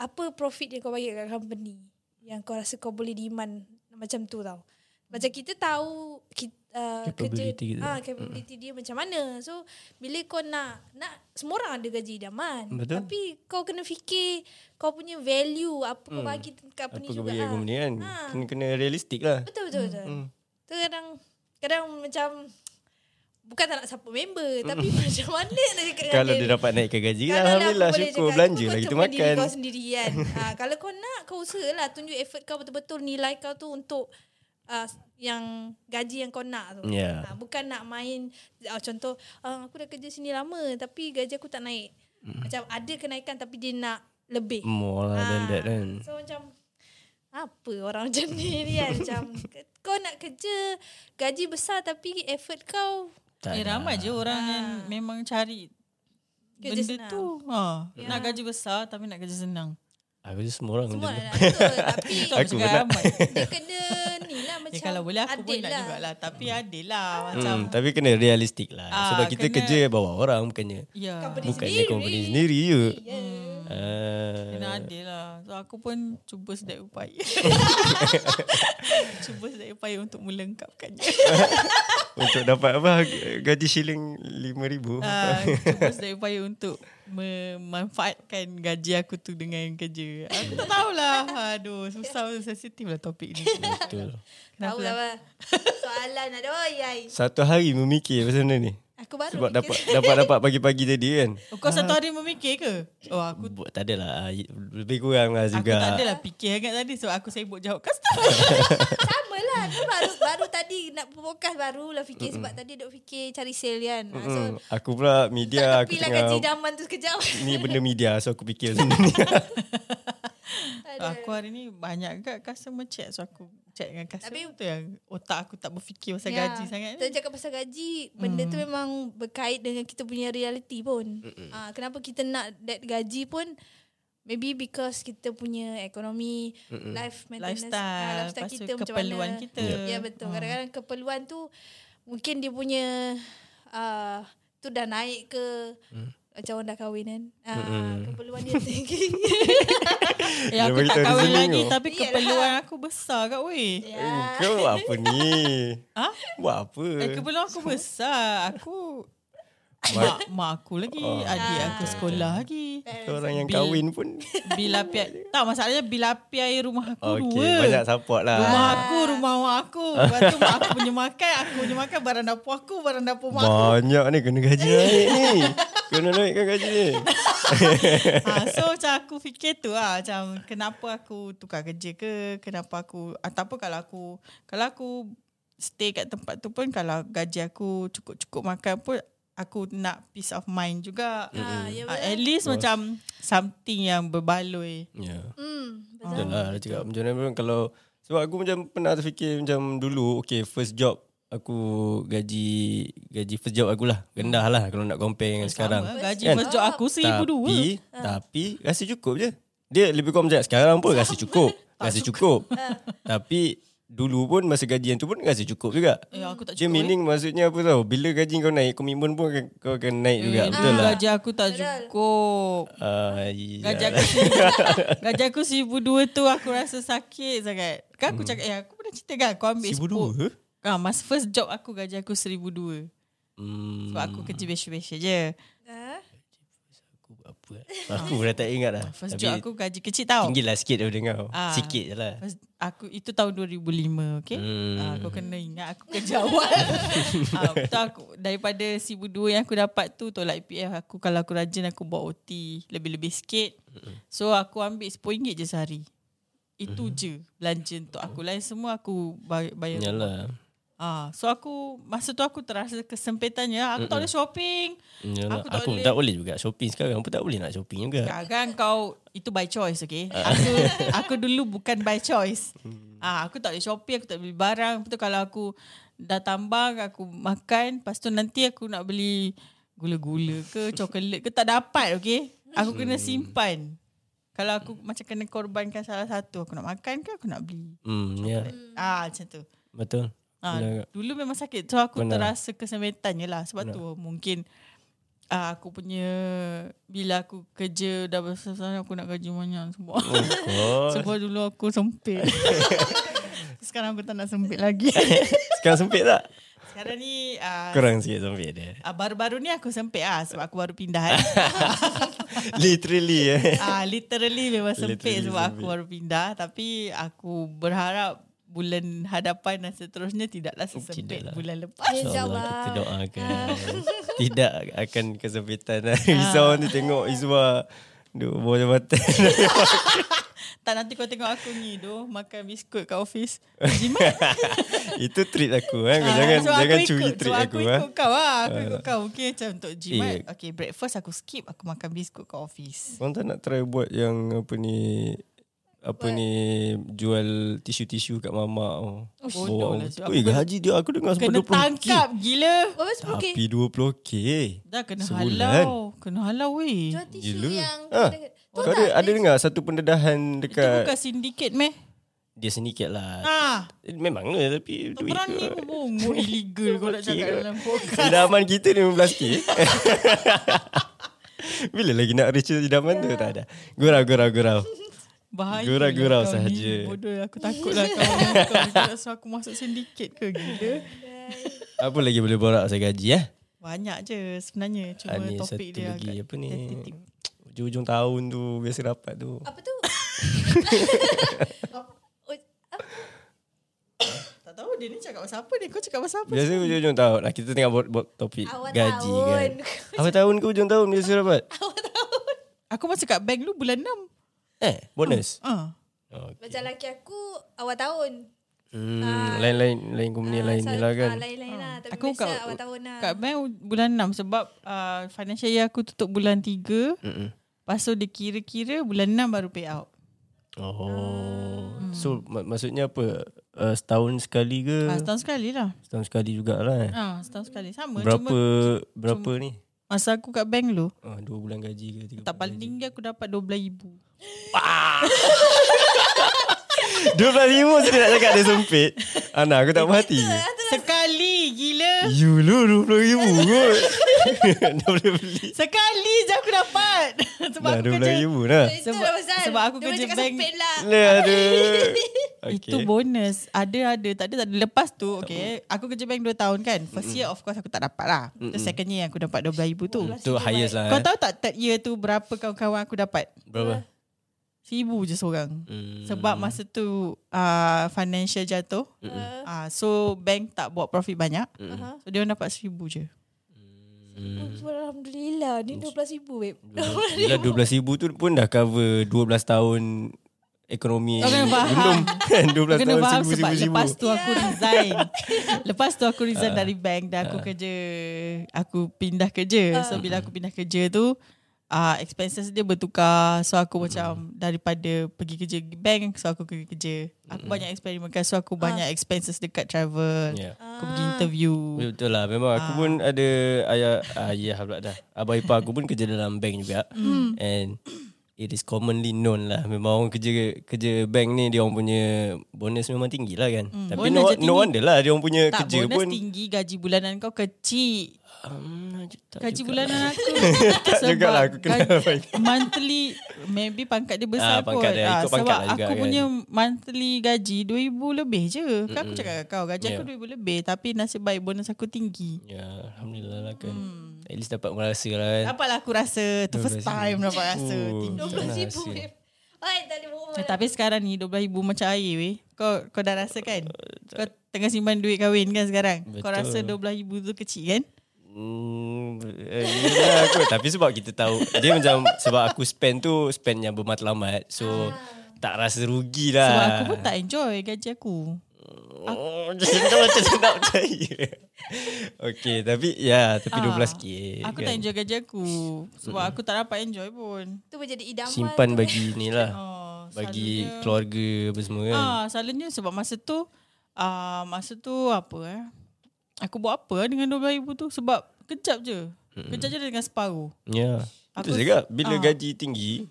Speaker 3: apa profit yang kau bagi kat company yang kau rasa kau boleh demand macam tu tau. Macam kita tahu kita, uh,
Speaker 4: Capability
Speaker 3: kerja
Speaker 4: kita.
Speaker 3: ah capability dia macam mana. So bila kau nak nak semua orang ada gaji idaman.
Speaker 4: Betul.
Speaker 3: Tapi kau kena fikir kau punya value apa kau bagi kat
Speaker 4: Hmm. Apa
Speaker 3: company
Speaker 4: kau
Speaker 3: juga.
Speaker 4: bagi
Speaker 3: ah.
Speaker 4: aku ni kan?
Speaker 3: Ah.
Speaker 4: Kena, kena realistik lah.
Speaker 3: Betul betul betul. Tu kadang kadang macam bukan tak nak support member tapi <laughs> macam mana nak cakap dengan
Speaker 4: Hmm, Kalau dia dapat naikkan gaji
Speaker 3: Kalau lah
Speaker 4: Alhamdulillah
Speaker 3: aku boleh
Speaker 4: syukur
Speaker 3: cakap, kau
Speaker 4: belanja lah kita
Speaker 3: percuma
Speaker 4: makan.
Speaker 3: diri kau sendiri
Speaker 4: <laughs>
Speaker 3: kan. ha, kalau kau nak kau usahalah tunjuk effort kau betul-betul nilai kau tu untuk uh, yang gaji yang kau nak tu.
Speaker 4: Ya.
Speaker 3: Ha, bukan nak main uh, contoh uh, aku dah kerja sini lama tapi gaji aku tak naik.
Speaker 4: Hmm.
Speaker 3: Macam ada kenaikan tapi dia nak lebih.
Speaker 4: More lah
Speaker 3: Ah.
Speaker 4: than that kan.
Speaker 3: So macam apa orang <laughs> macam ni ni kan macam kau nak kerja gaji besar tapi effort kau
Speaker 4: Tak
Speaker 2: Eh
Speaker 4: nak.
Speaker 2: ramai je orang yang memang cari
Speaker 3: Ah. Kerja
Speaker 2: benda
Speaker 3: senang. Ya.
Speaker 2: tu. Ha, nak gaji besar tapi nak kerja senang.
Speaker 4: Aku je semua orang
Speaker 3: semua
Speaker 4: macam tu.
Speaker 3: nak lah.
Speaker 4: <laughs>
Speaker 3: betul tapi
Speaker 2: Itu aku
Speaker 4: Aku
Speaker 2: cakap
Speaker 4: pun
Speaker 2: ramai.
Speaker 3: <laughs> dia kena ni lah
Speaker 2: Ya,
Speaker 3: macam
Speaker 2: kalau boleh aku pun
Speaker 3: adil lah. Ah.
Speaker 2: nak jugalah. Tapi adil lah macam.
Speaker 4: Hmm, tapi kena realistik lah.
Speaker 2: Ah,
Speaker 4: Sebab kita
Speaker 2: kena-
Speaker 4: kerja bawa orang bukannya.
Speaker 2: Ya.
Speaker 3: Company
Speaker 4: Bukannya company sendiri je.
Speaker 2: Kena
Speaker 4: Ah,
Speaker 2: adil lah. So aku pun cuba sedaya upaya.
Speaker 3: <laughs>
Speaker 2: <laughs> cuba sedaya upaya untuk
Speaker 3: <laughs>
Speaker 2: melengkapkannya.
Speaker 4: untuk dapat apa gaji shilling 5000.
Speaker 3: Ah.
Speaker 2: Uh, cuba sedaya upaya untuk memanfaatkan gaji aku tu dengan kerja. Aku tak tahulah. Aduh, susah sensitif lah topik ni.
Speaker 4: Betul.
Speaker 3: Tahu lah apa. Soalan ada oi ai.
Speaker 4: Satu hari memikir pasal benda ni.
Speaker 3: Aku baru
Speaker 4: Sebab
Speaker 3: fikir.
Speaker 4: dapat dapat dapat pagi-pagi tadi kan.
Speaker 2: Oh, Kau satu hari memikir ke? Oh aku
Speaker 4: Buat tak adalah ah, lebih kurang lah
Speaker 2: Aku tak
Speaker 4: juga.
Speaker 2: adalah fikir agak tadi Sebab aku sibuk jawab customer
Speaker 3: Sama lah Aku baru baru tadi Nak podcast baru lah fikir Sebab tadi duk fikir Cari sale kan Ah, So
Speaker 4: Hmm, aku pula
Speaker 3: tak
Speaker 4: media Ya, aku
Speaker 3: tepi lah gaji
Speaker 4: tengah
Speaker 3: daman tu sekejap <laughs>
Speaker 4: ni benda media so aku
Speaker 2: <laughs>
Speaker 4: fikir macam ni.
Speaker 2: Ah. So, Aku hari ni banyak agak customer chat So aku chat dengan customer
Speaker 3: Tapi-
Speaker 2: tu yang Otak aku tak berfikir pasal
Speaker 3: Ya,
Speaker 2: gaji sangat ni Hmm.
Speaker 3: Kita cakap pasal gaji Benda tu memang Berkait dengan kita punya reality pun Ah, Kenapa kita nak That gaji pun Maybe because kita punya ekonomi, life maintenance,
Speaker 2: Lifestyle
Speaker 3: ah,
Speaker 2: Lepas tu keperluan kita Hmm.
Speaker 4: Ya.
Speaker 3: Ya betul. Kadang-kadang keperluan tu mungkin dia punya uh, tu dah naik ke hmm. macam orang dah kahwin kan. Uh, keperluan dia tinggi.
Speaker 2: <laughs> Eh,
Speaker 4: Dia
Speaker 2: aku
Speaker 4: bagi
Speaker 2: tak
Speaker 4: tahu
Speaker 2: kahwin
Speaker 4: reasoning
Speaker 2: lagi
Speaker 4: tu.
Speaker 2: Tapi
Speaker 3: Iyalah.
Speaker 2: keperluan aku besar kat weh
Speaker 4: Eh,
Speaker 3: ya.
Speaker 4: Kau buat apa ni?
Speaker 2: Ha?
Speaker 4: Buat apa?
Speaker 2: Eh, keperluan aku besar
Speaker 4: <laughs>
Speaker 2: Aku Mak,
Speaker 4: Mak-
Speaker 2: mak aku lagi
Speaker 4: Oh,
Speaker 2: Adik aku sekolah lagi
Speaker 4: Kau orang yang
Speaker 2: Bil-
Speaker 4: kahwin
Speaker 2: <laughs>
Speaker 4: pun
Speaker 2: Bila piai Tak masalahnya bila piai rumah aku
Speaker 4: Okay,
Speaker 2: dua
Speaker 4: banyak support lah.
Speaker 2: Rumah aku, rumah awak aku Lepas tu mak aku punya makan Aku punya makan Barang dapur aku, barang dapur mak aku
Speaker 4: Banyak ni kena gaji naik ni. Kena naikkan gaji ni.
Speaker 2: ha, So macam aku fikir tu lah Macam kenapa aku tukar kerja ke Kenapa aku Ataupun kalau aku Kalau aku stay kat tempat tu pun Kalau gaji aku cukup-cukup makan pun Aku nak peace of mind juga
Speaker 3: Ha, ya
Speaker 2: ha,
Speaker 3: betul.
Speaker 2: At least macam Something yang berbaloi Ah.
Speaker 4: Ya. Yeah.
Speaker 3: Hmm, betul.
Speaker 4: Betul lah dia cakap macam mana pun kalau sebab aku macam pernah terfikir macam dulu okay first job aku gaji gaji first job aku lah rendah lah kalau nak compare dengan sekarang.
Speaker 2: Sama, Gaji
Speaker 4: Kan?
Speaker 2: first job aku
Speaker 4: Tapi
Speaker 2: RM1,200
Speaker 4: tapi rasa cukup je. Dia lebih kurang macam sekarang pun rasa
Speaker 2: <laughs>
Speaker 4: cukup. Rasa cukup. tapi dulu pun masa gajian tu pun rasa cukup juga.
Speaker 2: Ya aku tak
Speaker 4: Dia meaning maksudnya apa tau Bila gaji kau naik Komitmen pun akan- kau akan naik juga Betul
Speaker 2: Ah,
Speaker 4: lah
Speaker 2: Eh, Gaji aku tak cukup
Speaker 4: Ah, iya
Speaker 2: Gaji
Speaker 4: lah.
Speaker 2: aku
Speaker 4: <laughs>
Speaker 2: Gaji aku RM1,200 tu aku rasa sakit sangat Kan aku
Speaker 4: Hmm.
Speaker 2: cakap Eh aku pernah cerita kan Aku ambil sepuluh-
Speaker 4: RM1,200?
Speaker 2: Ah, mas first job aku gaji aku RM1,200
Speaker 4: Hmm,
Speaker 2: Sebab aku kerja biasa-biasa je
Speaker 3: Ha?
Speaker 4: aku buat apa eh? Aku dah tak ingat lah
Speaker 2: First
Speaker 4: Tapi
Speaker 2: job aku gaji kecil tau
Speaker 4: Tinggi lah sikit daripada kau
Speaker 2: Oh. Ah.
Speaker 4: Sikit je lah
Speaker 2: First- Aku itu tahun 2005 Okay
Speaker 4: Hmm.
Speaker 2: ah, Kau kena ingat aku kerja awal ah, Betul aku Daripada RM1,200 yang aku dapat tu Tolak EPF aku Kalau aku rajin aku buat OT Lebih-lebih sikit So aku ambil RM10 je sehari Itu je Belanja untuk aku Lain semua aku bay- bayar
Speaker 4: Yalah
Speaker 2: Ah, so aku masa tu aku terasa kesempitannya. Aku tak boleh shopping.
Speaker 4: Yalah.
Speaker 2: Aku tak
Speaker 4: Aku,
Speaker 2: boleh.
Speaker 4: tak boleh juga Shopping sekarang pun tak boleh nak shopping juga
Speaker 2: Kadang-kadang Ah, kan kau itu by choice, okay? Aku aku dulu bukan by choice. Ah, aku tak boleh shopping, aku tak boleh beli barang. Lepas tu kalau aku dah tambang, aku makan, lepas tu nanti aku nak beli gula-gula ke coklat ke tak dapat, okay? Aku kena simpan. Kalau aku macam kena korbankan salah satu, aku nak makan ke aku nak beli.
Speaker 4: Hmm, ya
Speaker 2: Ah, macam tu.
Speaker 4: Betul
Speaker 2: Ha,
Speaker 4: Benar.
Speaker 2: dulu memang sakit. So aku
Speaker 4: Benar.
Speaker 2: Benar. terasa kesempitannya lah. Sebab Benar. tu mungkin uh, aku punya bila aku kerja dah besar sana aku nak gaji banyak semua. <laughs>
Speaker 4: Oh,
Speaker 2: sebab dulu aku
Speaker 4: <laughs>
Speaker 2: sempit. Sekarang aku tak nak sempit lagi.
Speaker 4: sekarang sempit
Speaker 2: <laughs>
Speaker 4: tak?
Speaker 2: Sekarang ni uh,
Speaker 4: Kurang sikit sempit dia
Speaker 2: uh, baru-baru ni aku sempit ah sebab aku baru pindah.
Speaker 4: <laughs>
Speaker 2: Eh.
Speaker 4: Literally eh
Speaker 2: Ah, literally memang sempit
Speaker 4: Literally
Speaker 2: sebab aku
Speaker 4: sempit.
Speaker 2: baru pindah tapi aku berharap bulan hadapan dan seterusnya tidaklah sesempit
Speaker 4: Tidaklah.
Speaker 2: bulan lepas.
Speaker 4: InsyaAllah kita
Speaker 2: <laughs>
Speaker 3: InsyaAllah.
Speaker 4: doakan Tidak akan kesempitan
Speaker 2: Ah.
Speaker 4: <laughs> Risau nanti tengok Izwa Duk bawah jambatan
Speaker 2: Tak nanti kau tengok aku ni doh makan biskut kat
Speaker 4: <laughs>
Speaker 2: office. Jimat.
Speaker 4: <laughs> Itu treat aku eh. Kau
Speaker 2: Ah.
Speaker 4: jangan
Speaker 2: aku
Speaker 4: jangan
Speaker 2: ikut,
Speaker 4: curi
Speaker 2: so
Speaker 4: treat aku,
Speaker 2: aku
Speaker 4: eh.
Speaker 2: ikut kau ah. Aku ikut kau mungkin macam untuk jimat.
Speaker 4: Eh.
Speaker 2: Okay breakfast aku skip aku makan biskut kat office.
Speaker 4: Korang tak nak try buat yang apa ni apa ni jual tisu-tisu kat mamak oh.
Speaker 2: bodoh lah, siap.
Speaker 4: Weh, gaji dia aku dengar sampai
Speaker 2: Kena
Speaker 4: 20k.
Speaker 2: tangkap gila.
Speaker 3: Berapa sepuluh K?
Speaker 4: Tapi 20k.
Speaker 2: Dah kena
Speaker 4: Sebulan.
Speaker 2: halau. Kena halau weh.
Speaker 3: Jual tisu
Speaker 4: Gila.
Speaker 3: yang
Speaker 4: Ah.
Speaker 3: tu
Speaker 4: Kau ada, ada dengar satu pendedahan
Speaker 2: Itu bukan
Speaker 4: dekat
Speaker 2: sindiket meh.
Speaker 4: dia sindiket lah.
Speaker 2: Ha,
Speaker 4: Eh, Memang lah tapi
Speaker 2: tu
Speaker 4: duit
Speaker 2: berani
Speaker 4: tu. <laughs>
Speaker 2: berbongo illegal kau nak cakap
Speaker 4: Okey.
Speaker 2: dalam podcast.
Speaker 4: Idaman kita 15k. <laughs> Bila lagi nak reach idaman
Speaker 2: Ya.
Speaker 4: tu tak ada. Gurau gurau gurau.
Speaker 2: Bahaya lah
Speaker 4: Gurau-gurau
Speaker 2: kau ni.
Speaker 4: sahaja.
Speaker 2: Bodoh aku takut lah kau. ni. Kau ni tak suruh aku masuk sindiket ke gila.
Speaker 4: Apa lagi boleh borak pasal gaji eh?
Speaker 2: Banyak je sebenarnya. Cuma
Speaker 4: Ah, ni
Speaker 2: topik
Speaker 4: satu
Speaker 2: dia
Speaker 4: lagi
Speaker 2: agak
Speaker 4: apa ni?
Speaker 2: tentative.
Speaker 4: Hujung-hujung tahun tu biasa rapat tu. <laughs>
Speaker 3: Oh, Apa tu?
Speaker 2: Tak Tak tahu dia ni cakap pasal apa ni. Kau cakap pasal apa?
Speaker 4: Biasa hujung-hujung tahun lah Kita tengah buat, buat topik
Speaker 3: Awal
Speaker 4: gaji
Speaker 3: tahun.
Speaker 4: kan Awal tahun ke hujung tahun biasa dapat?
Speaker 2: Aku masuk kat bank dulu bulan 6.
Speaker 4: Eh bonus
Speaker 2: Ah.
Speaker 4: oh.
Speaker 3: Macam laki aku awal tahun. Ah,
Speaker 4: hmm, Lain-lain Lain
Speaker 2: Ah,
Speaker 4: company lain ni lah kan
Speaker 3: Lain-lain lah. Tapi
Speaker 2: Aku
Speaker 3: biasa
Speaker 2: kat,
Speaker 3: awal tahun lah.
Speaker 2: kat bank bulan 6 sebab uh, financial year aku tutup bulan 3. Mm-mm. Lepas tu dia kira-kira bulan 6 baru pay out. Ah.
Speaker 4: Oh So mak- maksudnya apa uh, Setahun sekali ke
Speaker 2: Uh, setahun sekali lah.
Speaker 4: Setahun sekali jugalah eh.
Speaker 2: Ah, setahun sekali. Sama.
Speaker 4: Berapa
Speaker 2: Cuma
Speaker 4: Berapa ni
Speaker 2: masa aku kat bank dulu,
Speaker 4: Ah, Dua bulan gaji ke tiga
Speaker 2: tak
Speaker 4: bulan
Speaker 2: paling tinggi aku dapat RM12,000.
Speaker 4: Dua bulan lima Saya nak cakap dia sempit Ana aku tak mati
Speaker 2: lah. Sekali, gila.
Speaker 4: You lu dua puluh ribu kot <laughs> Dah boleh beli
Speaker 2: Sekali je aku dapat. <laughs> sebab
Speaker 4: Dah
Speaker 2: aku
Speaker 4: dua
Speaker 2: kerja.
Speaker 4: puluh ribu dah
Speaker 3: Sebab,
Speaker 2: Sebab- sebab aku kerja bank.
Speaker 3: Lah.
Speaker 4: Lah aduh <laughs> okay.
Speaker 2: Itu bonus. Ada ada, tak ada tak ada. Lepas tu, okay, aku kerja bank 2 tahun kan. First year of course aku tak dapat lah. Mm-mm. Terus second year aku dapat RM12,000 tu.
Speaker 4: Itu highest lah
Speaker 2: Kau
Speaker 4: eh.
Speaker 2: tahu tak third year tu berapa kawan-kawan aku dapat?
Speaker 4: Berapa
Speaker 2: Seribu je seorang.
Speaker 4: Hmm.
Speaker 2: Sebab masa tu uh, financial jatuh. Uh, so bank tak buat profit banyak.
Speaker 3: Aha.
Speaker 2: So dia orang dapat seribu je.
Speaker 3: Alhamdulillah. Ni RM12,000 babe.
Speaker 4: Bila Hmm. dua belas ribu tu pun dah cover Dua belas tahun Ekonomi
Speaker 2: Kau kena faham.
Speaker 4: Gunung kan <laughs> Dua
Speaker 2: Kau Oh,
Speaker 4: belas
Speaker 2: kena
Speaker 4: tahun
Speaker 2: faham
Speaker 4: Sibu
Speaker 2: sebab
Speaker 4: sibu sibu
Speaker 2: lepas tu aku <laughs> resign. lepas tu aku resign dari bank dan aku kerja. Aku pindah kerja. So bila aku pindah kerja tu, uh, expenses dia bertukar. So aku macam daripada pergi kerja bank, so aku pergi kerja. Aku banyak eksperimenkan. So aku banyak expenses dekat travel.
Speaker 4: Ya.
Speaker 2: Aku pergi interview.
Speaker 4: Betul lah Memang aku pun
Speaker 2: Ah.
Speaker 4: ada Ayah ah, Ayah pula dah Abang ipar aku pun kerja dalam bank juga
Speaker 2: Hmm.
Speaker 4: And It is commonly known lah Memang orang kerja Kerja bank ni Dia orang punya Bonus memang tinggi lah kan
Speaker 2: Hmm.
Speaker 4: Tapi
Speaker 2: bonus
Speaker 4: no,
Speaker 2: je
Speaker 4: no
Speaker 2: tinggi.
Speaker 4: wonder lah Dia orang punya
Speaker 2: Tak
Speaker 4: kerja
Speaker 2: bonus
Speaker 4: pun
Speaker 2: tinggi gaji bulanan kau kecil.
Speaker 4: um, tak
Speaker 2: Gaji
Speaker 4: juga. <laughs>
Speaker 2: bulanan aku
Speaker 4: Tak
Speaker 2: sebab
Speaker 4: juga lah, aku kena
Speaker 2: gaji-
Speaker 4: banyak.
Speaker 2: Monthly Maybe pangkat dia besar
Speaker 4: Ah, pangkat
Speaker 2: kot
Speaker 4: dia,
Speaker 2: Ah,
Speaker 4: ikut
Speaker 2: Sebab
Speaker 4: pangkat lah juga
Speaker 2: aku
Speaker 4: kan.
Speaker 2: punya monthly gaji 2000 lebih je Kan aku cakap kat kau Gaji aku
Speaker 4: Yeah.
Speaker 2: 2000 lebih Tapi nasib baik bonus aku tinggi
Speaker 4: Ya Alhamdulillah lah kan
Speaker 2: Hmm.
Speaker 4: At least dapat merasa lah kan
Speaker 2: Dapatlah aku rasa Tu first time dapat rasa
Speaker 4: Oh,
Speaker 2: tinggi
Speaker 4: tak nak
Speaker 3: RM12,000
Speaker 4: rasa.
Speaker 3: babe. Alright, tak ada bohong.
Speaker 2: Eh, Tapi sekarang ni 12000 macam air weh Kau kau dah rasa kan Kau tengah simpan duit kahwin kan sekarang Kau
Speaker 4: Uh, Betul.
Speaker 2: rasa 12000 tu kecil kan
Speaker 4: Hmm, eh, yelah kot. <laughs> Tapi sebab kita tahu Dia macam Sebab aku spend tu Spend yang bermatlamat So Tak rasa rugi lah
Speaker 2: Ah. Sebab aku pun tak enjoy gaji aku
Speaker 4: Oh, Macam macam tak nak percaya Okay tapi Ya tapi
Speaker 2: Ah,
Speaker 4: 12k
Speaker 2: Aku
Speaker 4: kan?
Speaker 2: tak enjoy gaji aku Sebab aku tak dapat enjoy pun
Speaker 3: Tu pun jadi idaman.
Speaker 4: Simpan bagi ni lah
Speaker 2: <laughs> oh,
Speaker 4: Bagi keluarga Apa semua kan
Speaker 2: Ah, selalunya sebab masa tu ah masa tu apa eh? Aku buat apa eh dengan 12000 tu sebab kejap je. Kejap je dengan separuh.
Speaker 4: Ya
Speaker 2: Aku-
Speaker 4: Itu
Speaker 2: ah.
Speaker 4: cakap Bila gaji tinggi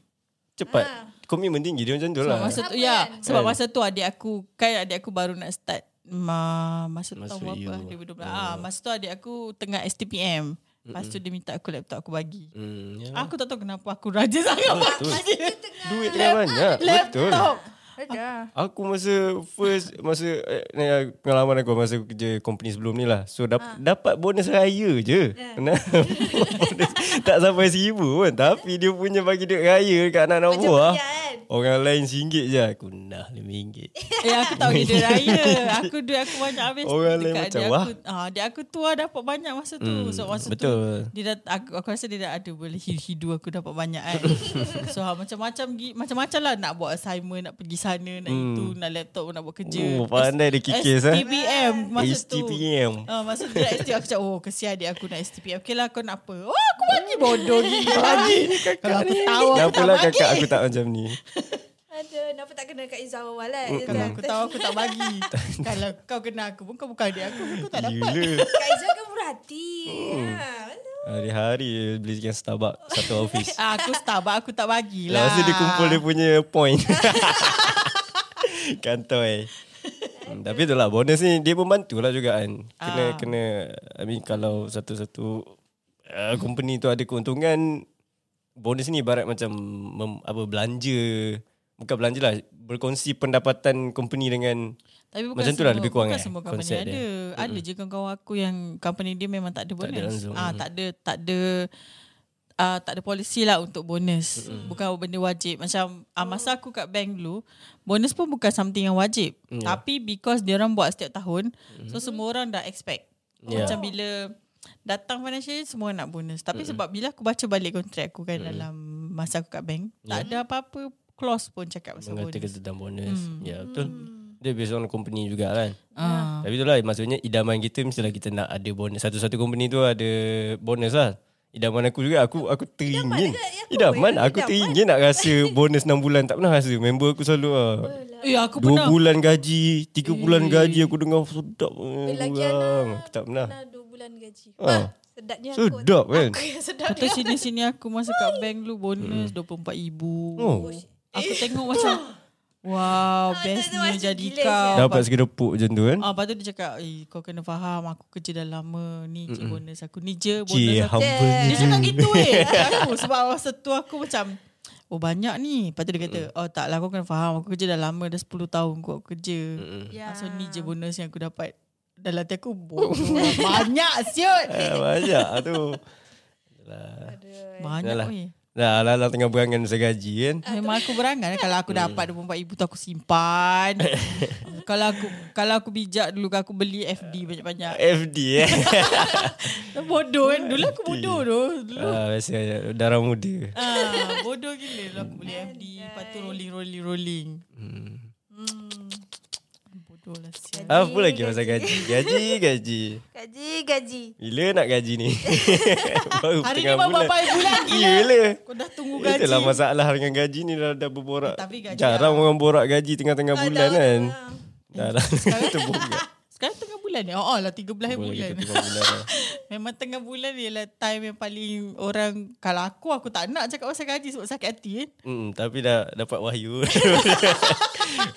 Speaker 4: Cepat Komitmen tinggi Dia macam tu
Speaker 2: Sebab
Speaker 4: lah
Speaker 2: masa tu
Speaker 3: Apa
Speaker 2: ya,
Speaker 3: kan?
Speaker 2: sebab masa tu adik aku kan adik aku baru nak start ma, masa tu
Speaker 4: Masa
Speaker 2: tahun
Speaker 4: you.
Speaker 2: berapa? 2012.
Speaker 4: Oh.
Speaker 2: Ah, masa tu adik aku tengah STPM. Lepas tu dia minta aku laptop aku bagi.
Speaker 4: hmm, ya.
Speaker 2: Aku tak tahu kenapa aku rajin <laughs> sangat bagi
Speaker 4: Duit tengah banyak Betul
Speaker 2: laptop. Ah.
Speaker 3: Ada.
Speaker 4: Aku masa first masa eh, ni lah pengalaman aku masa aku kerja company sebelum ni lah. So dap,
Speaker 2: Ha.
Speaker 4: dapat bonus raya je.
Speaker 2: Ya.
Speaker 4: Nah, <laughs> bonus, tak sampai seribu pun. Tapi dia punya bagi duit raya dekat anak-anak
Speaker 3: Macam bayar
Speaker 4: buah.
Speaker 3: kan?
Speaker 4: Orang lain RM1 je aku nah RM5.
Speaker 2: Eh aku tahu dia duit raya
Speaker 4: <laughs>
Speaker 2: Aku duit aku banyak habis
Speaker 4: Orang lain
Speaker 2: Dekat
Speaker 4: macam,
Speaker 2: adik
Speaker 4: "Wah." Mm,
Speaker 2: aku, ah, Adik aku tu lah dapat banyak masa tu hmm, So masa tu
Speaker 4: betul.
Speaker 2: dia dah, aku, aku rasa dia dah ada Boleh hi- hidu aku dapat banyak
Speaker 4: <laughs>
Speaker 2: kan So ha, macam-macam gi- Macam-macam lah nak buat assignment Nak pergi sana Nak hmm. itu Nak laptop nak buat kerja
Speaker 4: Oh, pandai dia kikis, eh.
Speaker 2: STPM Masa tu
Speaker 4: STPM.
Speaker 2: Ah, masa tu dia STPM Aku cakap oh kesian adik aku nak STPM Okay lah kau nak apa Oh aku bagi bodoh
Speaker 4: <laughs>
Speaker 2: gila bagi Kalau aku tahu aku
Speaker 4: Kenapa
Speaker 2: tak
Speaker 4: lah
Speaker 2: bagi
Speaker 4: kakak aku tak macam ni?
Speaker 3: Ada. Kenapa tak kena kat Izzah awal kan?
Speaker 2: <laughs>
Speaker 4: Mm,
Speaker 2: kalau aku tahu aku tak
Speaker 4: <laughs>
Speaker 2: bagi Kalau kau kena aku pun Kau bukan adik aku pun Kau tak dapat
Speaker 4: Gila.
Speaker 3: Kak Izzah kan murah hati.
Speaker 4: Mm.
Speaker 3: Ha.
Speaker 4: Hari-hari dia beli sekian Starbucks
Speaker 2: <laughs>
Speaker 4: satu office.
Speaker 2: Ah, aku Starbucks aku tak lah. bagilah.
Speaker 4: Lepas tu Lah, dia kumpul dia punya point Kantoi hmm, Tapi itulah bonus ni Dia membantu lah juga kan Kena
Speaker 2: Ah.
Speaker 4: kena I mean kalau satu-satu uh, Company tu ada keuntungan Bonus ni ibarat macam mem, apa Belanja Bukan belanja lah Berkongsi pendapatan company dengan
Speaker 2: Tapi bukan
Speaker 4: Macam tu
Speaker 2: semua,
Speaker 4: lah lebih kurang
Speaker 2: bukan
Speaker 4: eh,
Speaker 2: semua company
Speaker 4: konsep
Speaker 2: ada.
Speaker 4: dia.
Speaker 2: Ada je kawan-kawan aku yang company dia memang tak ada bonus.
Speaker 4: ada langsung.
Speaker 2: Ah, tak ada tak ada uh, tak ada polisi lah untuk bonus. Mm-hmm. Bukan benda wajib. Macam uh, masa aku kat bank dulu, bonus pun bukan something yang wajib. Yeah.
Speaker 4: Ya.
Speaker 2: Tapi because dia orang buat setiap tahun, mm-hmm. so semua orang dah expect.
Speaker 4: Yeah.
Speaker 2: Yeah. Macam bila datang financial year, semua nak bonus. Tapi mm-hmm. sebab bila aku baca balik kontrak aku kan mm-hmm. dalam masa aku kat bank,
Speaker 4: Ya.
Speaker 2: yeah. tak ada apa-apa clause pun cakap pasal
Speaker 4: Mengatakan
Speaker 2: bonus.
Speaker 4: tentang bonus. Hmm. Ya, betul. Dia based on company juga kan.
Speaker 2: Ah.
Speaker 4: Tapi itulah maksudnya idaman kita mestilah kita nak ada bonus. Satu-satu company tu ada bonus lah. Idaman aku juga aku aku
Speaker 3: Yakup,
Speaker 4: teringin. Idaman
Speaker 3: eh,
Speaker 4: aku
Speaker 3: idaman.
Speaker 4: teringin nak rasa bonus 6 bulan tak pernah rasa. Member aku selalu ah.
Speaker 2: Eh, aku
Speaker 4: Dua
Speaker 2: pernah.
Speaker 4: bulan gaji, tiga bulan gaji aku dengar sedap. eh,
Speaker 3: Lagi
Speaker 4: orang.
Speaker 3: Ana
Speaker 4: Aku tak pernah.
Speaker 3: Ana dua bulan gaji.
Speaker 4: Ah.
Speaker 3: Ah. Sedapnya aku.
Speaker 4: Sedap kan?
Speaker 3: Aku yang sedap
Speaker 2: Kata sini-sini aku masa kat bank dulu bonus RM24,000.
Speaker 4: Hmm. Oh.
Speaker 2: Aku tengok macam Wow bestnya
Speaker 3: macam
Speaker 2: jadi
Speaker 3: gila
Speaker 2: kau
Speaker 4: Oh, Dapat segedepuk macam tu kan.
Speaker 2: Ah, lepas tu dia cakap "Eh, Kau kena faham Aku kerja dah lama Ni je bonus aku Ni je
Speaker 4: Cie,
Speaker 2: bonus lah. aku
Speaker 4: humble
Speaker 2: Dia
Speaker 4: je.
Speaker 2: cakap gitu eh kat <laughs> aku, Sebab masa tu aku macam Oh banyak ni Lepas tu dia kata Oh tak lah kau kena faham Aku kerja dah lama Dah 10 tahun aku, aku kerja yeah.
Speaker 3: Ya,
Speaker 2: So ni je bonus yang aku dapat Dalam hati aku "Bodoh lah, <laughs> Banyak siut
Speaker 4: Eh, Banyak tu.
Speaker 2: Banyak
Speaker 4: Eh. Yalah.
Speaker 2: weh
Speaker 4: Dah lah, lah tengah berangan pasal gaji kan.
Speaker 2: Memang aku berangan lah. Kalau aku dapat RM24,000 tu aku <laughs> simpan Kalau aku kalau aku bijak dulu kan, Aku beli FD banyak-banyak <laughs>
Speaker 4: FD eh.
Speaker 2: Bodoh kan Dulu aku bodoh tu Dulu
Speaker 4: Ah, biasa darah muda.
Speaker 2: <laughs> ah, Bodoh gila Dulu aku beli FD Lepas tu rolling rolling rolling hmm. Bodoh lah sial
Speaker 4: Apa lagi pasal gaji? Gaji, gaji.
Speaker 3: Gaji, gaji.
Speaker 4: Bila nak gaji
Speaker 2: <laughs>
Speaker 4: ni? baru
Speaker 2: Hari ni
Speaker 4: tengah
Speaker 2: baru
Speaker 4: bulan.
Speaker 2: berapa bulan gila lah.
Speaker 4: Gila.
Speaker 2: Kau dah tunggu gaji
Speaker 4: Itulah masalah dengan gaji ni dah, dah berborak.
Speaker 2: Eh, tapi gaji Ah,
Speaker 4: Jarang orang borak gaji tengah-tengah bulan kan. Dah lah.
Speaker 2: <laughs>
Speaker 4: Terbuka.
Speaker 2: Sekarang tengah bulan ni Oh, oh lah 13 eh, bulan, <laughs> bulan.
Speaker 4: Boleh kita tengah bulan lah.
Speaker 2: Memang tengah bulan ialah time yang paling orang Kalau aku, aku tak nak cakap pasal gaji sebab sakit hati kan
Speaker 4: Mm, tapi dah dapat
Speaker 2: <laughs>
Speaker 4: wahyu.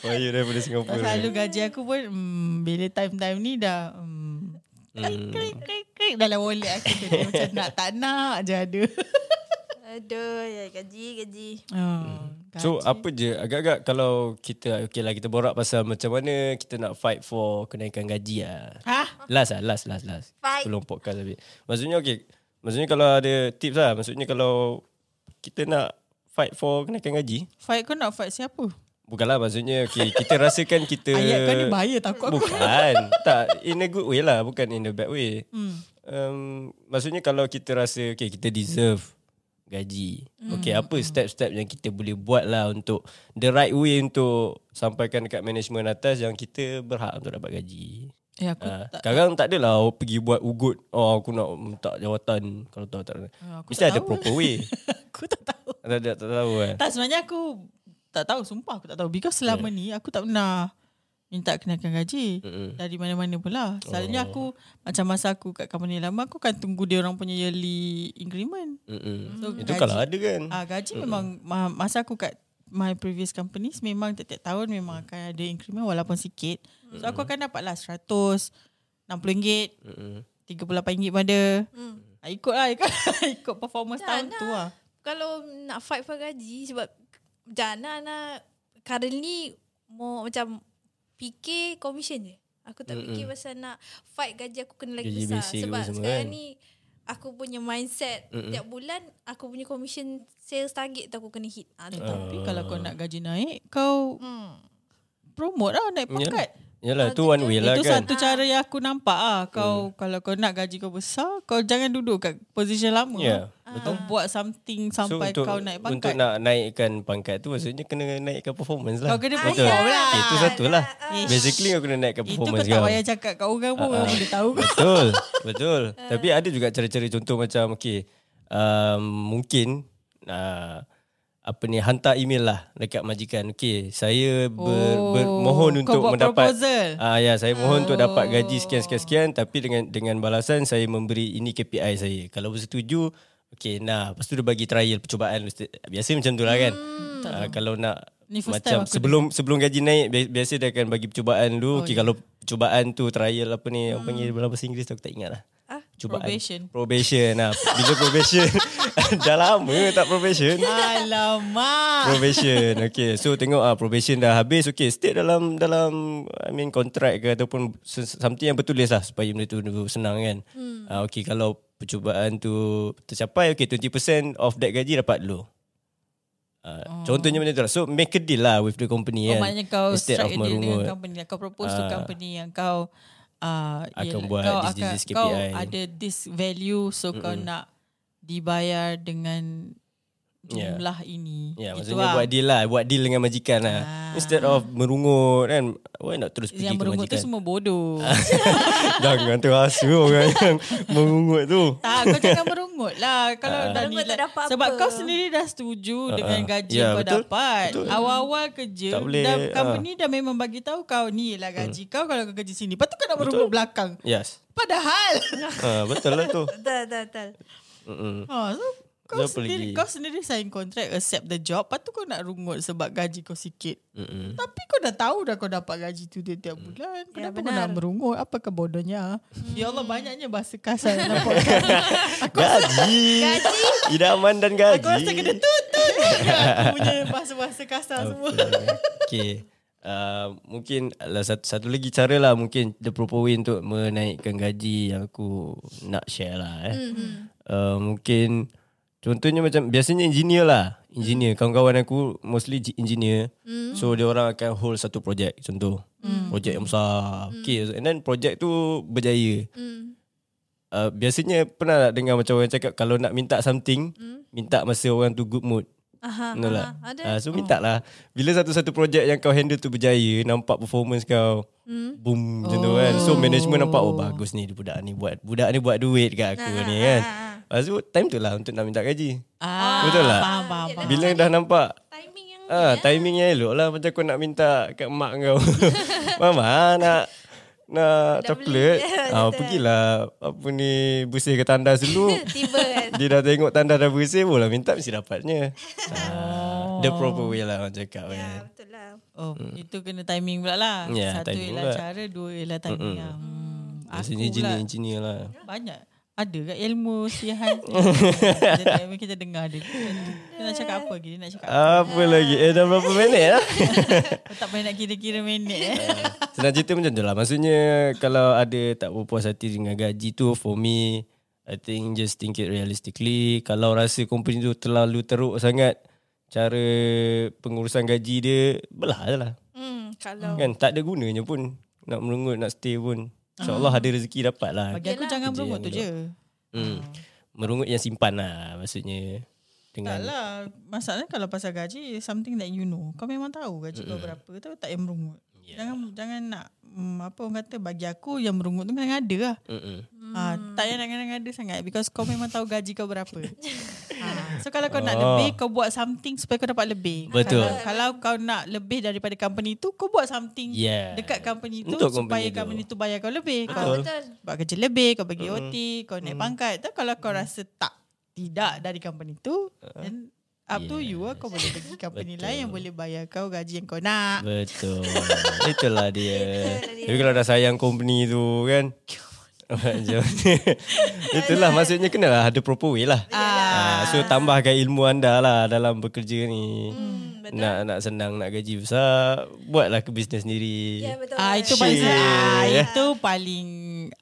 Speaker 4: wahyu daripada
Speaker 2: Tak
Speaker 4: Singapura.
Speaker 2: selalu gaji aku pun hmm, Bila time-time ni dah hmm, krik, krik, krik, krik, Dalam wallet aku tu Dia Macam nak tak nak je <laughs> ada
Speaker 3: Aduh, ya, gaji, gaji.
Speaker 2: oh,
Speaker 4: So apa je agak-agak kalau kita okay lah kita borak pasal macam mana kita nak fight for kenaikan gaji lah.
Speaker 2: Hah?
Speaker 4: Last lah, last, last, last.
Speaker 3: Fight.
Speaker 4: Sebelum podcast habis. Maksudnya, okay. Maksudnya kalau ada tips lah. Maksudnya kalau kita nak fight for kenaikan gaji.
Speaker 2: Fight kau nak fight siapa?
Speaker 4: Bukanlah maksudnya, okay,
Speaker 2: <laughs>
Speaker 4: kita rasakan kita...
Speaker 2: Ayat kau ni bahaya takut aku
Speaker 4: Bukan. tak, in a good way lah. Bukan in a bad way. Hmm. Um, maksudnya kalau kita rasa, okay, kita deserve gaji. Hmm. Okay, apa step-step yang kita boleh buat lah untuk the right way untuk sampaikan dekat management atas yang kita berhak untuk dapat gaji.
Speaker 2: Eh aku
Speaker 4: Ah,
Speaker 2: tak
Speaker 4: Sekarang tak adalah awak pergi buat ugut. Oh aku nak minta jawatan kalau tahu tak.
Speaker 2: Ah, aku
Speaker 4: Mesti
Speaker 2: tak
Speaker 4: ada
Speaker 2: tahu.
Speaker 4: proper
Speaker 2: <laughs>
Speaker 4: way.
Speaker 2: Aku tak tahu
Speaker 4: tak, tak, tak tahu kan.
Speaker 2: Tak sebenarnya aku Tak tahu sumpah aku tak tahu Because selama yeah. ni aku tak pernah Minta kenaikan gaji Mm-mm. Oh. Dari mana-mana pula Selalunya aku Macam masa aku kat company lama Aku kan tunggu dia orang punya yearly increment
Speaker 4: Mm-mm.
Speaker 2: So,
Speaker 4: Itu kalau ada kan.
Speaker 2: Hmm, Ah gaji memang ma- masa aku kat my previous companies memang tiap-tiap tahun memang akan ada increment walaupun sikit. So aku akan dapat lah 100 RM60,
Speaker 4: Mm-mm. Ya
Speaker 2: RM38 pun ada. Hmm. Ikut lah, <laughs> ikut, ikut performance tahun tu lah.
Speaker 3: Kalau nak fight for gaji sebab Jana nak currently mau macam fikir commission je. Aku tak fikir pasal nak fight gaji aku kena lagi
Speaker 4: Gaji
Speaker 3: besar
Speaker 4: basic
Speaker 3: sebab
Speaker 4: apa semua
Speaker 3: sekarang
Speaker 4: kan?
Speaker 3: ni aku punya mindset Mm-mm. tiap bulan aku punya commission sales target tu aku kena hit. Ah, tu. Uh.
Speaker 2: Tapi kalau kau nak gaji naik, kau promote lah naik pangkat. Ah,
Speaker 4: Yalah tu one way lah
Speaker 2: Itu
Speaker 4: Ya. kan. Hmm.
Speaker 2: satu cara yang aku nampak ah. Kau kalau kau nak gaji kau besar, kau jangan duduk kat position lama.
Speaker 4: Ya,
Speaker 2: Kau buat something sampai kau naik pangkat.
Speaker 4: Untuk nak naikkan pangkat tu maksudnya kena naikkan performance lah.
Speaker 2: Kau kena
Speaker 4: Betul.
Speaker 2: perform lah.
Speaker 4: Okay, itu satu lah.
Speaker 2: Ish.
Speaker 4: Basically kau Ah, kena naikkan
Speaker 2: Itu kau
Speaker 4: performance
Speaker 2: tak payah cakap kat orang pun orang boleh tahu.
Speaker 4: Betul, betul. Tapi ada juga cara-cara contoh macam okay, um, mungkin uh, apa ni hantar email lah dekat majikan. Okay, saya ber,
Speaker 2: Oh,
Speaker 4: bermohon
Speaker 2: kau
Speaker 4: untuk
Speaker 2: buat
Speaker 4: mendapat
Speaker 2: proposal.
Speaker 4: Ah ya, saya mohon untuk
Speaker 2: Oh.
Speaker 4: dapat gaji sekian sekian sekian tapi dengan dengan balasan saya memberi ini KPI saya. Kalau bersetuju, okay nah, lepas tu dia bagi trial percubaan biasa macam tu lah kan. Hmm. kalau nak
Speaker 2: Ni first
Speaker 4: macam
Speaker 2: time aku
Speaker 4: sebelum sebelum gaji naik bi- biasa
Speaker 2: ya.
Speaker 4: dia akan bagi percubaan dulu. Oh, okay, kalau percubaan tu trial apa ni, apa panggil dalam bahasa Inggeris tu aku tak ingat lah.
Speaker 3: Ah,
Speaker 4: cubaan
Speaker 2: Hmm. Probation.
Speaker 4: probation lah. Bila probation <laughs> dah lama tak probation.
Speaker 2: Alamak.
Speaker 4: Probation. Okay. So tengok ah probation dah habis. Okay. Stay dalam dalam I mean contract ke ataupun se- something yang bertulis lah supaya benda tu dulu senang kan. Hmm. Ah, okay kalau percubaan tu tercapai okay 20% of that gaji dapat dulu. Uh, oh. Contohnya macam tu lah So make a deal lah With the company
Speaker 2: Oh,
Speaker 4: kan
Speaker 2: maknanya kau
Speaker 4: Instead
Speaker 2: strike a
Speaker 4: of
Speaker 2: deal dengan
Speaker 4: merungut
Speaker 2: company. lah. Kau propose to
Speaker 4: Ah.
Speaker 2: company yang kau uh,
Speaker 4: Akan buat this, this, this
Speaker 2: kau
Speaker 4: KPI.
Speaker 2: ada this value so mm kau nak dibayar dengan
Speaker 4: Yeah.
Speaker 2: jumlah ini.
Speaker 4: Ya,
Speaker 2: Gitu
Speaker 4: maksudnya
Speaker 2: lah. Ah.
Speaker 4: buat deal lah. Buat deal dengan majikan lah. Instead of merungut kan. Why not terus pergi
Speaker 2: yang
Speaker 4: ke
Speaker 2: merungut tu
Speaker 4: majikan?
Speaker 2: semua bodoh.
Speaker 4: <laughs> Ah. Jangan terasa orang yang merungut tu.
Speaker 2: tak, kau jangan merungut lah.
Speaker 4: Ah.
Speaker 2: Kalau dah
Speaker 3: Merungut tak
Speaker 2: nilai.
Speaker 3: dapat
Speaker 2: Sebab
Speaker 3: apa.
Speaker 2: kau sendiri dah setuju dengan gaji
Speaker 4: Ya,
Speaker 2: yeah, kau
Speaker 4: betul.
Speaker 2: dapat.
Speaker 4: Betul.
Speaker 2: Awal-awal kerja,
Speaker 4: Tak boleh,
Speaker 2: dah,
Speaker 4: ah. Hmm.
Speaker 2: company dah memang bagi tahu kau ni lah gaji kau kalau kau kerja sini. Lepas tu kau nak merungut belakang.
Speaker 4: Yes. <laughs>
Speaker 2: Padahal.
Speaker 4: Ha, betul lah tu.
Speaker 3: Betul, betul, betul.
Speaker 4: Mm-mm.
Speaker 2: ha, so, kau
Speaker 4: Kenapa
Speaker 2: sendiri
Speaker 4: lagi?
Speaker 2: kau sendiri sign contract accept the job lepas tu kau nak rungut sebab gaji kau sikit
Speaker 4: Mm-mm. Mm.
Speaker 2: tapi kau dah tahu dah kau dapat gaji tu tiap-tiap bulan
Speaker 3: Ya,
Speaker 2: kenapa kau
Speaker 3: benar. Hmm.
Speaker 2: nak merungut apakah bodohnya ya Allah banyaknya bahasa kasar dalam
Speaker 4: <laughs>
Speaker 2: <laughs> podcast
Speaker 4: Gaji.
Speaker 3: Gaji.
Speaker 4: Idaman dan gaji.
Speaker 2: aku rasa kena tutut Ya, aku punya bahasa-bahasa kasar semua
Speaker 4: Okay. Uh, mungkin lah, satu, satu lagi cara lah mungkin the proper way untuk menaikkan gaji yang aku nak share lah eh. <laughs> Mm-hmm.
Speaker 2: Hmm.
Speaker 4: Uh, mungkin contohnya macam biasanya engineer lah. Engineer.
Speaker 2: Hmm.
Speaker 4: Kawan-kawan aku mostly j- engineer. Mm. So dia orang akan hold satu projek contoh.
Speaker 2: Hmm.
Speaker 4: Mm. Projek yang besar. Mm. Okay and then projek tu berjaya.
Speaker 3: Hmm.
Speaker 4: Uh, biasanya pernah tak dengar macam orang cakap kalau nak minta something, mm. minta masa orang tu good mood.
Speaker 3: Aha,
Speaker 4: No lah.
Speaker 3: aha. Ada.
Speaker 4: Uh, so minta lah. Bila satu-satu projek yang kau handle tu berjaya, nampak performance kau boom macam tu kan. So management nampak, oh bagus ni budak ni buat. Budak ni buat duit kat
Speaker 3: Ah,
Speaker 4: aku ni kan. Lepas tu time tu lah untuk nak minta gaji.
Speaker 2: ah,
Speaker 4: Betul tak?
Speaker 2: faham, faham, faham.
Speaker 4: Bila dah nampak
Speaker 3: Timing yang
Speaker 4: Ah, timing yang elok lah macam kau nak minta kat mak kau. Mama nak nak coklat. Ah, pergilah apa ni bersih ke tandas dulu.
Speaker 3: tiba kan.
Speaker 4: Dia dah tengok tanda dah bersih Bola minta mesti
Speaker 2: <laughs>
Speaker 4: dapatnya oh. The proper way lah orang cakap
Speaker 2: Ya.
Speaker 3: Ah,
Speaker 4: yeah. kan
Speaker 3: betul lah.
Speaker 2: oh itu kena timing pula lah
Speaker 4: Ya,
Speaker 2: satu
Speaker 4: timing
Speaker 2: ialah
Speaker 4: pula.
Speaker 2: cara dua ialah timing lah. hmm. aku
Speaker 4: Biasanya
Speaker 2: pula
Speaker 4: engineer-engineer lah
Speaker 2: Banyak. Ada kat ilmu
Speaker 4: <laughs>
Speaker 2: sihan. Jadi kita dengar dia. Kita nak cakap apa lagi? Dia nak cakap apa?
Speaker 4: Apa lagi Eh dah berapa minit
Speaker 2: <laughs>
Speaker 4: lah
Speaker 2: Kau tak payah nak kira-kira minit eh.
Speaker 4: Senang cerita macam tu lah Maksudnya Kalau ada tak berpuas hati dengan gaji tu For me I think just think it realistically Kalau rasa company tu terlalu teruk sangat Cara pengurusan gaji dia Belah je lah
Speaker 2: Oh.
Speaker 3: Hmm, kalau
Speaker 4: Kan tak ada gunanya pun Nak merungut nak stay pun
Speaker 2: Ah.
Speaker 4: InsyaAllah ada rezeki dapat lah
Speaker 2: Bagi aku jangan
Speaker 4: Kerja
Speaker 2: merungut
Speaker 4: yang
Speaker 2: tu
Speaker 4: elok.
Speaker 2: je.
Speaker 4: Hmm. Merungut yang simpan lah maksudnya.
Speaker 2: Tak
Speaker 4: Dengan
Speaker 2: lah. Masalahnya kalau pasal gaji, something that you know. Kau memang tahu gaji kau berapa. Tahu tak yang merungut.
Speaker 4: Ya.
Speaker 2: Jangan jangan nak mm, apa orang kata bagi aku yang merungut tu kadang ada lah.
Speaker 4: Mm-mm.
Speaker 2: Ha, tak payah nak kadang ada sangat because kau memang tahu gaji kau berapa. ha, so kalau kau nak lebih kau buat something supaya kau dapat lebih.
Speaker 4: Oh. Betul.
Speaker 2: Kalau, kalau kau nak lebih daripada company tu kau buat something
Speaker 4: Yeah.
Speaker 2: dekat company tu
Speaker 4: Untuk
Speaker 2: supaya
Speaker 4: company tu. Hmm.
Speaker 2: company tu bayar kau lebih.
Speaker 3: Ah,
Speaker 2: Kau
Speaker 3: betul.
Speaker 2: buat kerja lebih, kau bagi OT, kau naik pangkat. Tapi kalau kau rasa tak tidak dari company tu
Speaker 4: Uh-huh.
Speaker 2: then up to you lah kau boleh pergi company lain yang boleh bayar kau gaji yang kau nak.
Speaker 4: Betul. <laughs> Itulah dia. Tapi kalau dah sayang company tu kan. Macam ni. <laughs> Itulah maksudnya kena lah ada proper way lah.
Speaker 2: Ya.
Speaker 4: Ah, so tambahkan ilmu anda lah dalam bekerja ni.
Speaker 3: Hmm,
Speaker 2: Hmm,
Speaker 4: nak nak senang nak gaji besar, buatlah ke bisnes sendiri.
Speaker 3: Ya, betul.
Speaker 2: Ah itu paling ah, itu paling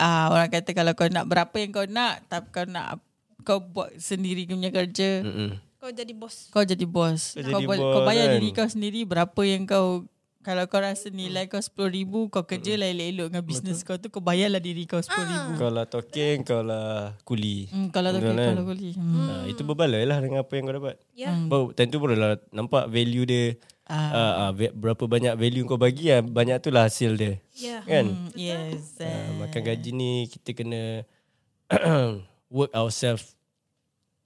Speaker 2: ah orang kata kalau kau nak berapa yang kau nak tapi kau nak kau buat sendiri kau punya kerja
Speaker 4: Mm-mm.
Speaker 3: Kau jadi bos.
Speaker 2: kau jadi bos
Speaker 4: Kau
Speaker 2: kau,
Speaker 4: jadi
Speaker 2: boleh,
Speaker 4: bos
Speaker 2: kau bayar
Speaker 4: kan.
Speaker 2: diri kau sendiri berapa yang kau kalau kau rasa nilai kau RM10,000 kau kerja
Speaker 4: Hmm.
Speaker 2: lah elok-elok dengan bisnes kau tu kau bayarlah diri kau RM10,000
Speaker 4: Kau lah talking, kau lah kuli.
Speaker 2: hmm, kalau tak
Speaker 4: Betul kan?
Speaker 2: kalau boleh hmm.
Speaker 4: Ah, itu berbaloi lah dengan apa yang kau dapat.
Speaker 3: Ya.
Speaker 4: Baru time tu barulah nampak value dia. Ah. Ah, ah, ve- berapa banyak value kau bagi ah, banyak tu lah hasil dia.
Speaker 3: Ya.
Speaker 4: Kan?
Speaker 2: Hmm, yes
Speaker 4: Ah, makan gaji ni kita kena <clears throat> work ourselves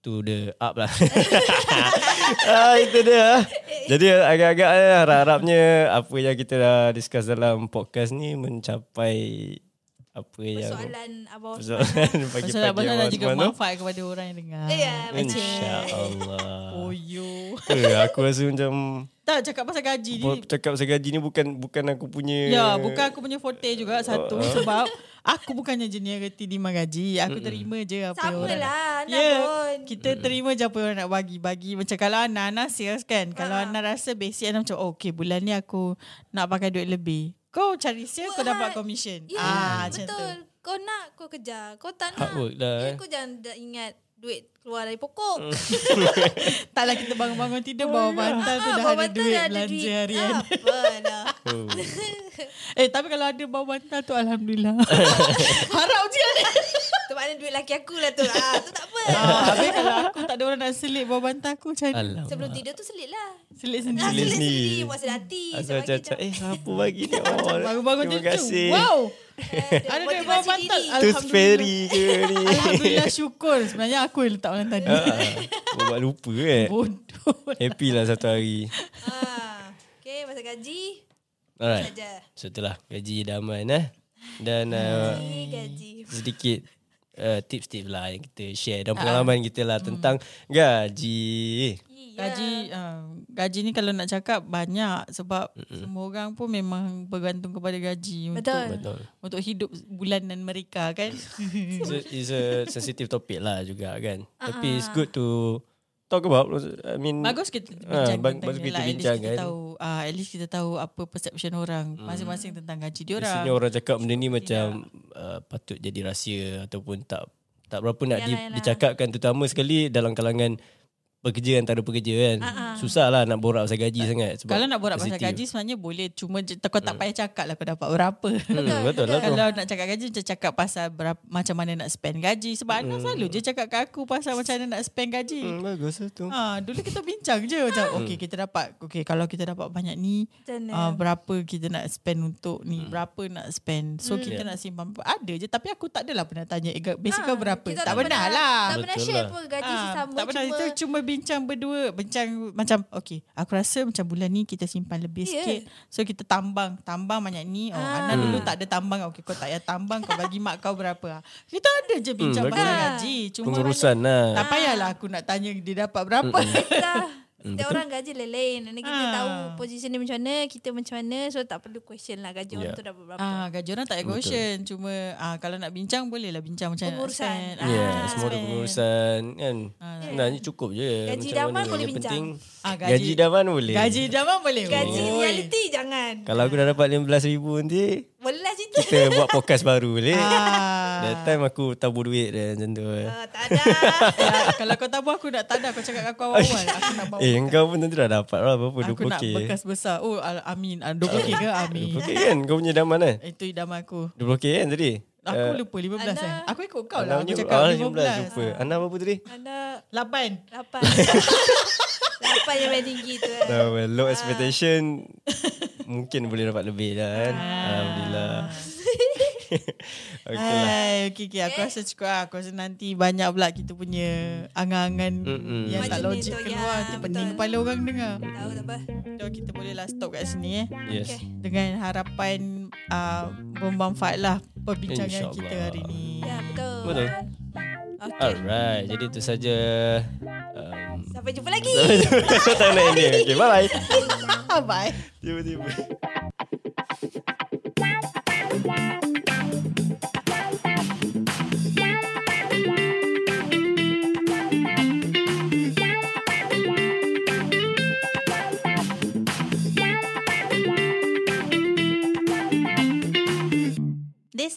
Speaker 4: to the up lah. <laughs> ah, itu dia. Jadi agak-agak eh, harap-harapnya apa yang kita dah discuss dalam podcast ni mencapai apa yang
Speaker 3: Soalan abang.
Speaker 4: persoalan <laughs> pagi-pagi
Speaker 2: pasal
Speaker 4: awal
Speaker 2: dan juga
Speaker 4: semalam tu.
Speaker 2: manfaat kepada orang yang dengar
Speaker 3: Ya,
Speaker 4: InsyaAllah.
Speaker 2: oh yo
Speaker 4: Eh, aku rasa macam
Speaker 2: tak cakap pasal gaji ni
Speaker 4: Buat cakap pasal gaji ni bukan bukan aku punya
Speaker 2: Ya, bukan aku punya forte juga satu sebab Aku bukannya jenis yang reti demand gaji. Aku terima je apa yang
Speaker 3: Sama
Speaker 2: orang nak.
Speaker 3: lah Ana
Speaker 2: Ya,
Speaker 3: pun
Speaker 2: kita terima je apa yang orang nak bagi. Bagi macam kalau Ana, Ana serius kan. Kalau
Speaker 3: Ah.
Speaker 2: Ana rasa basic Ana macam, oh, okay, bulan ni aku nak pakai duit lebih. Kau cari sale, kau dapat commission.
Speaker 3: Ya
Speaker 2: Ah, macam tu.
Speaker 3: betul Kau nak kau kejar Kau tak
Speaker 4: Hard
Speaker 3: nak
Speaker 4: work lah,
Speaker 3: ya,
Speaker 4: eh.
Speaker 3: Kau jangan dah ingat Duit keluar dari pokok <laughs>
Speaker 2: Taklah kita bangun-bangun tidur bawa bantal tu
Speaker 3: Ah,
Speaker 2: dah
Speaker 3: bawa
Speaker 2: ada
Speaker 3: bantal
Speaker 2: duit
Speaker 3: dah ada
Speaker 2: belanja
Speaker 3: duit. Ah.
Speaker 2: harian.
Speaker 3: Apalah <laughs>
Speaker 4: Oh.
Speaker 2: Eh tapi kalau ada bawa bantal tu
Speaker 3: <laughs>
Speaker 2: Alhamdulillah Harap je
Speaker 3: Ah.
Speaker 2: ni
Speaker 3: Tu maknanya duit laki aku lah tu ah, Tu tak apa
Speaker 2: ah, Habis kalau aku tak ada orang nak selit bawa bantal aku macam mana?
Speaker 4: Alamak.
Speaker 3: Sebelum tidur tu selit lah
Speaker 2: Selit
Speaker 3: Ah,
Speaker 2: sendiri
Speaker 4: Selit
Speaker 3: Selit sendiri
Speaker 4: sendiri.
Speaker 3: Buat sedati
Speaker 4: Asal cacat Eh siapa bagi
Speaker 2: <laughs>
Speaker 4: ni oh,
Speaker 2: Bangun-bangun
Speaker 4: Terima
Speaker 2: tidur
Speaker 4: kasih
Speaker 2: Wow
Speaker 3: Ada
Speaker 2: Ada duit bawa bantal
Speaker 4: Tooth
Speaker 2: Alhamdulillah
Speaker 4: fairy ke ni
Speaker 2: Alhamdulillah syukur Sebenarnya aku yang letak ulang tadi
Speaker 4: Ah, <laughs> Buat lupa eh
Speaker 2: <laughs> Bodoh
Speaker 4: Happy lah satu hari
Speaker 3: Okay masa Ah, gaji
Speaker 4: Alright
Speaker 3: Saja
Speaker 4: Setelah gaji idaman eh Dan uh,
Speaker 2: Hmm.
Speaker 3: Gaji, Gaji
Speaker 4: sedikit uh, tips-tips lah yang kita share
Speaker 2: Ah.
Speaker 4: dan pengalaman kita lah
Speaker 2: Hmm.
Speaker 4: tentang gaji. eh?
Speaker 2: Gaji ah, Gaji ni kalau nak cakap Banyak Sebab semua orang pun memang Bergantung kepada gaji
Speaker 3: Betul.
Speaker 2: Untuk
Speaker 4: Betul.
Speaker 2: untuk hidup bulanan mereka
Speaker 4: <laughs>
Speaker 2: kan
Speaker 4: So it's a sensitive topic lah juga kan. Uh-huh. Tapi it's good to talk about. I mean
Speaker 2: Ah. Bagus kita
Speaker 4: Ah,
Speaker 2: bincang
Speaker 4: bag-
Speaker 2: tentang
Speaker 4: bagus
Speaker 2: ni
Speaker 4: kita
Speaker 2: lah. At least
Speaker 4: bincang
Speaker 2: kita
Speaker 4: kan.
Speaker 2: tahu ah, At least kita tahu Apa perception orang Masing-masing tentang gaji diorang
Speaker 4: Biasanya orang cakap benda ni macam uh, patut jadi rahsia ataupun tak tak berapa nak di, dicakapkan terutama sekali dalam kalangan pekerja antara pekerja kan. Uh-huh. Susah lah nak borak pasal gaji sangat. Sebab Mm.
Speaker 2: Kalau nak borak pasal gaji
Speaker 4: sensitive.
Speaker 2: sebenarnya boleh Cuma je- kau tak payah cakap lah kau dapat berapa
Speaker 4: Hmm, betul lah tu.
Speaker 2: Kalau nak cakap gaji Macam cakap pasal berapa, Macam mana nak spend gaji Sebab Ana selalu je cakap kat aku Pasal macam mana nak spend gaji
Speaker 4: Hmm, bagus lah tu.
Speaker 2: Ha, dulu kita bincang je macam okey kita dapat okey kalau kita dapat banyak ni
Speaker 3: Macam
Speaker 2: uh, berapa kita nak spend untuk
Speaker 4: Hmm.
Speaker 2: ni berapa nak spend so kita nak simpan ada je tapi aku tak adalah pernah tanya eh, basic kau berapa
Speaker 3: Kita
Speaker 2: tak, pernah lah
Speaker 3: Tak pernah
Speaker 4: Betul
Speaker 3: share
Speaker 4: lah.
Speaker 3: pun Gaji
Speaker 2: Ah,
Speaker 3: sesama
Speaker 2: tak pernah
Speaker 3: cuma
Speaker 2: itu cuma bincang berdua bincang macam okey aku rasa macam bulan ni kita simpan lebih yeah.
Speaker 3: Ya.
Speaker 2: sikit so kita tambang tambang banyak ni oh ah. Ana
Speaker 4: Hmm.
Speaker 2: dulu tak ada tambang okey kau tak payah tambang kau bagi mak kau berapa Ah, kita ada je bincang
Speaker 4: Hmm,
Speaker 2: pasal
Speaker 4: bagus.
Speaker 2: gaji cuma
Speaker 4: Pengurusan lah.
Speaker 2: tak payahlah aku nak tanya dia dapat berapa
Speaker 4: Hmm,
Speaker 3: Dah Setiap orang gaji lain-lain Dan kita
Speaker 2: Ah.
Speaker 3: tahu Posisi dia macam mana Kita macam mana So tak perlu question lah Gaji orang
Speaker 4: Yeah.
Speaker 3: tu dah berapa
Speaker 2: <laughs> Ah, gaji orang tak ada question. Cuma ah, kalau nak bincang bolehlah bincang macam mana nak
Speaker 3: Pengurusan.
Speaker 2: spend.
Speaker 4: Ya, yeah,
Speaker 2: nak
Speaker 4: semua ada
Speaker 2: spend. Ha.
Speaker 4: pengurusan kan. Sebenarnya cukup je.
Speaker 3: Gaji
Speaker 4: Macam
Speaker 3: idaman
Speaker 4: mana.
Speaker 3: boleh
Speaker 4: Yang
Speaker 3: bincang.
Speaker 4: penting
Speaker 2: Ah, gaji-
Speaker 4: gaji, gaji idaman boleh.
Speaker 2: Gaji idaman boleh.
Speaker 3: Gaji
Speaker 2: Oi.
Speaker 3: reality jangan
Speaker 4: Kalau aku dah dapat RM15,000 nanti,
Speaker 3: Boleh lah cerita
Speaker 4: kita buat podcast baru boleh.
Speaker 2: Ah.
Speaker 4: That time aku tabur duit dia macam tu. eh.
Speaker 3: Ah, Tak
Speaker 4: <laughs>
Speaker 3: ada
Speaker 2: Ya, kalau kau tabur aku nak tanda kau cakap dengan aku awal-awal. Aku nak bawa.
Speaker 4: Eh, engkau pun nanti dah dapat lah berapa,
Speaker 2: aku nak
Speaker 4: 20k.
Speaker 2: bekas besar. Oh, al- amin. Ah, 20k ke? Amin.
Speaker 4: 20k kan, kau punya idaman kan?
Speaker 2: Itu idaman aku.
Speaker 4: 20k kan tadi? ah,
Speaker 2: Aku lupa 15 eh. Aku ikut kau lah. Aku
Speaker 4: Alhamdulillah,
Speaker 2: cakap
Speaker 4: Alhamdulillah,
Speaker 2: 15.
Speaker 4: lupa. Anak berapa tadi?
Speaker 3: Anak
Speaker 2: 8.
Speaker 3: Lapan Lapan yang paling tinggi tu eh.
Speaker 4: Dah well,
Speaker 2: Ah.
Speaker 4: low
Speaker 2: <laughs>
Speaker 4: expectation mungkin boleh dapat lebih lah kan.
Speaker 2: Ah.
Speaker 4: Alhamdulillah.
Speaker 2: <laughs>
Speaker 4: okay lah.
Speaker 2: Hai, okay, okay.
Speaker 3: Eh.
Speaker 2: Aku rasa cukup lah. Aku rasa nanti banyak pula kita punya angan-angan yang tak
Speaker 3: Macam ni
Speaker 2: logik
Speaker 3: tu,
Speaker 2: keluar.
Speaker 3: ya,
Speaker 2: Tu pening
Speaker 3: betul.
Speaker 2: kepala orang dengar.
Speaker 3: Tahu tak apa
Speaker 2: So kita bolehlah stop kat sini eh.
Speaker 4: Yes.
Speaker 3: Okay.
Speaker 2: Dengan harapan uh, bermanfaat lah perbincangan
Speaker 4: InsyaAllah.
Speaker 2: kita hari ni.
Speaker 3: Ya betul
Speaker 4: Betul. Ah.
Speaker 3: Okay
Speaker 4: Alright, jadi itu saja. Um, <laughs>
Speaker 3: Sampai jumpa lagi
Speaker 4: tak nak ini. Okay, bye-bye.
Speaker 2: <laughs> Bye. <laughs>
Speaker 4: Tiba-tiba.
Speaker 1: This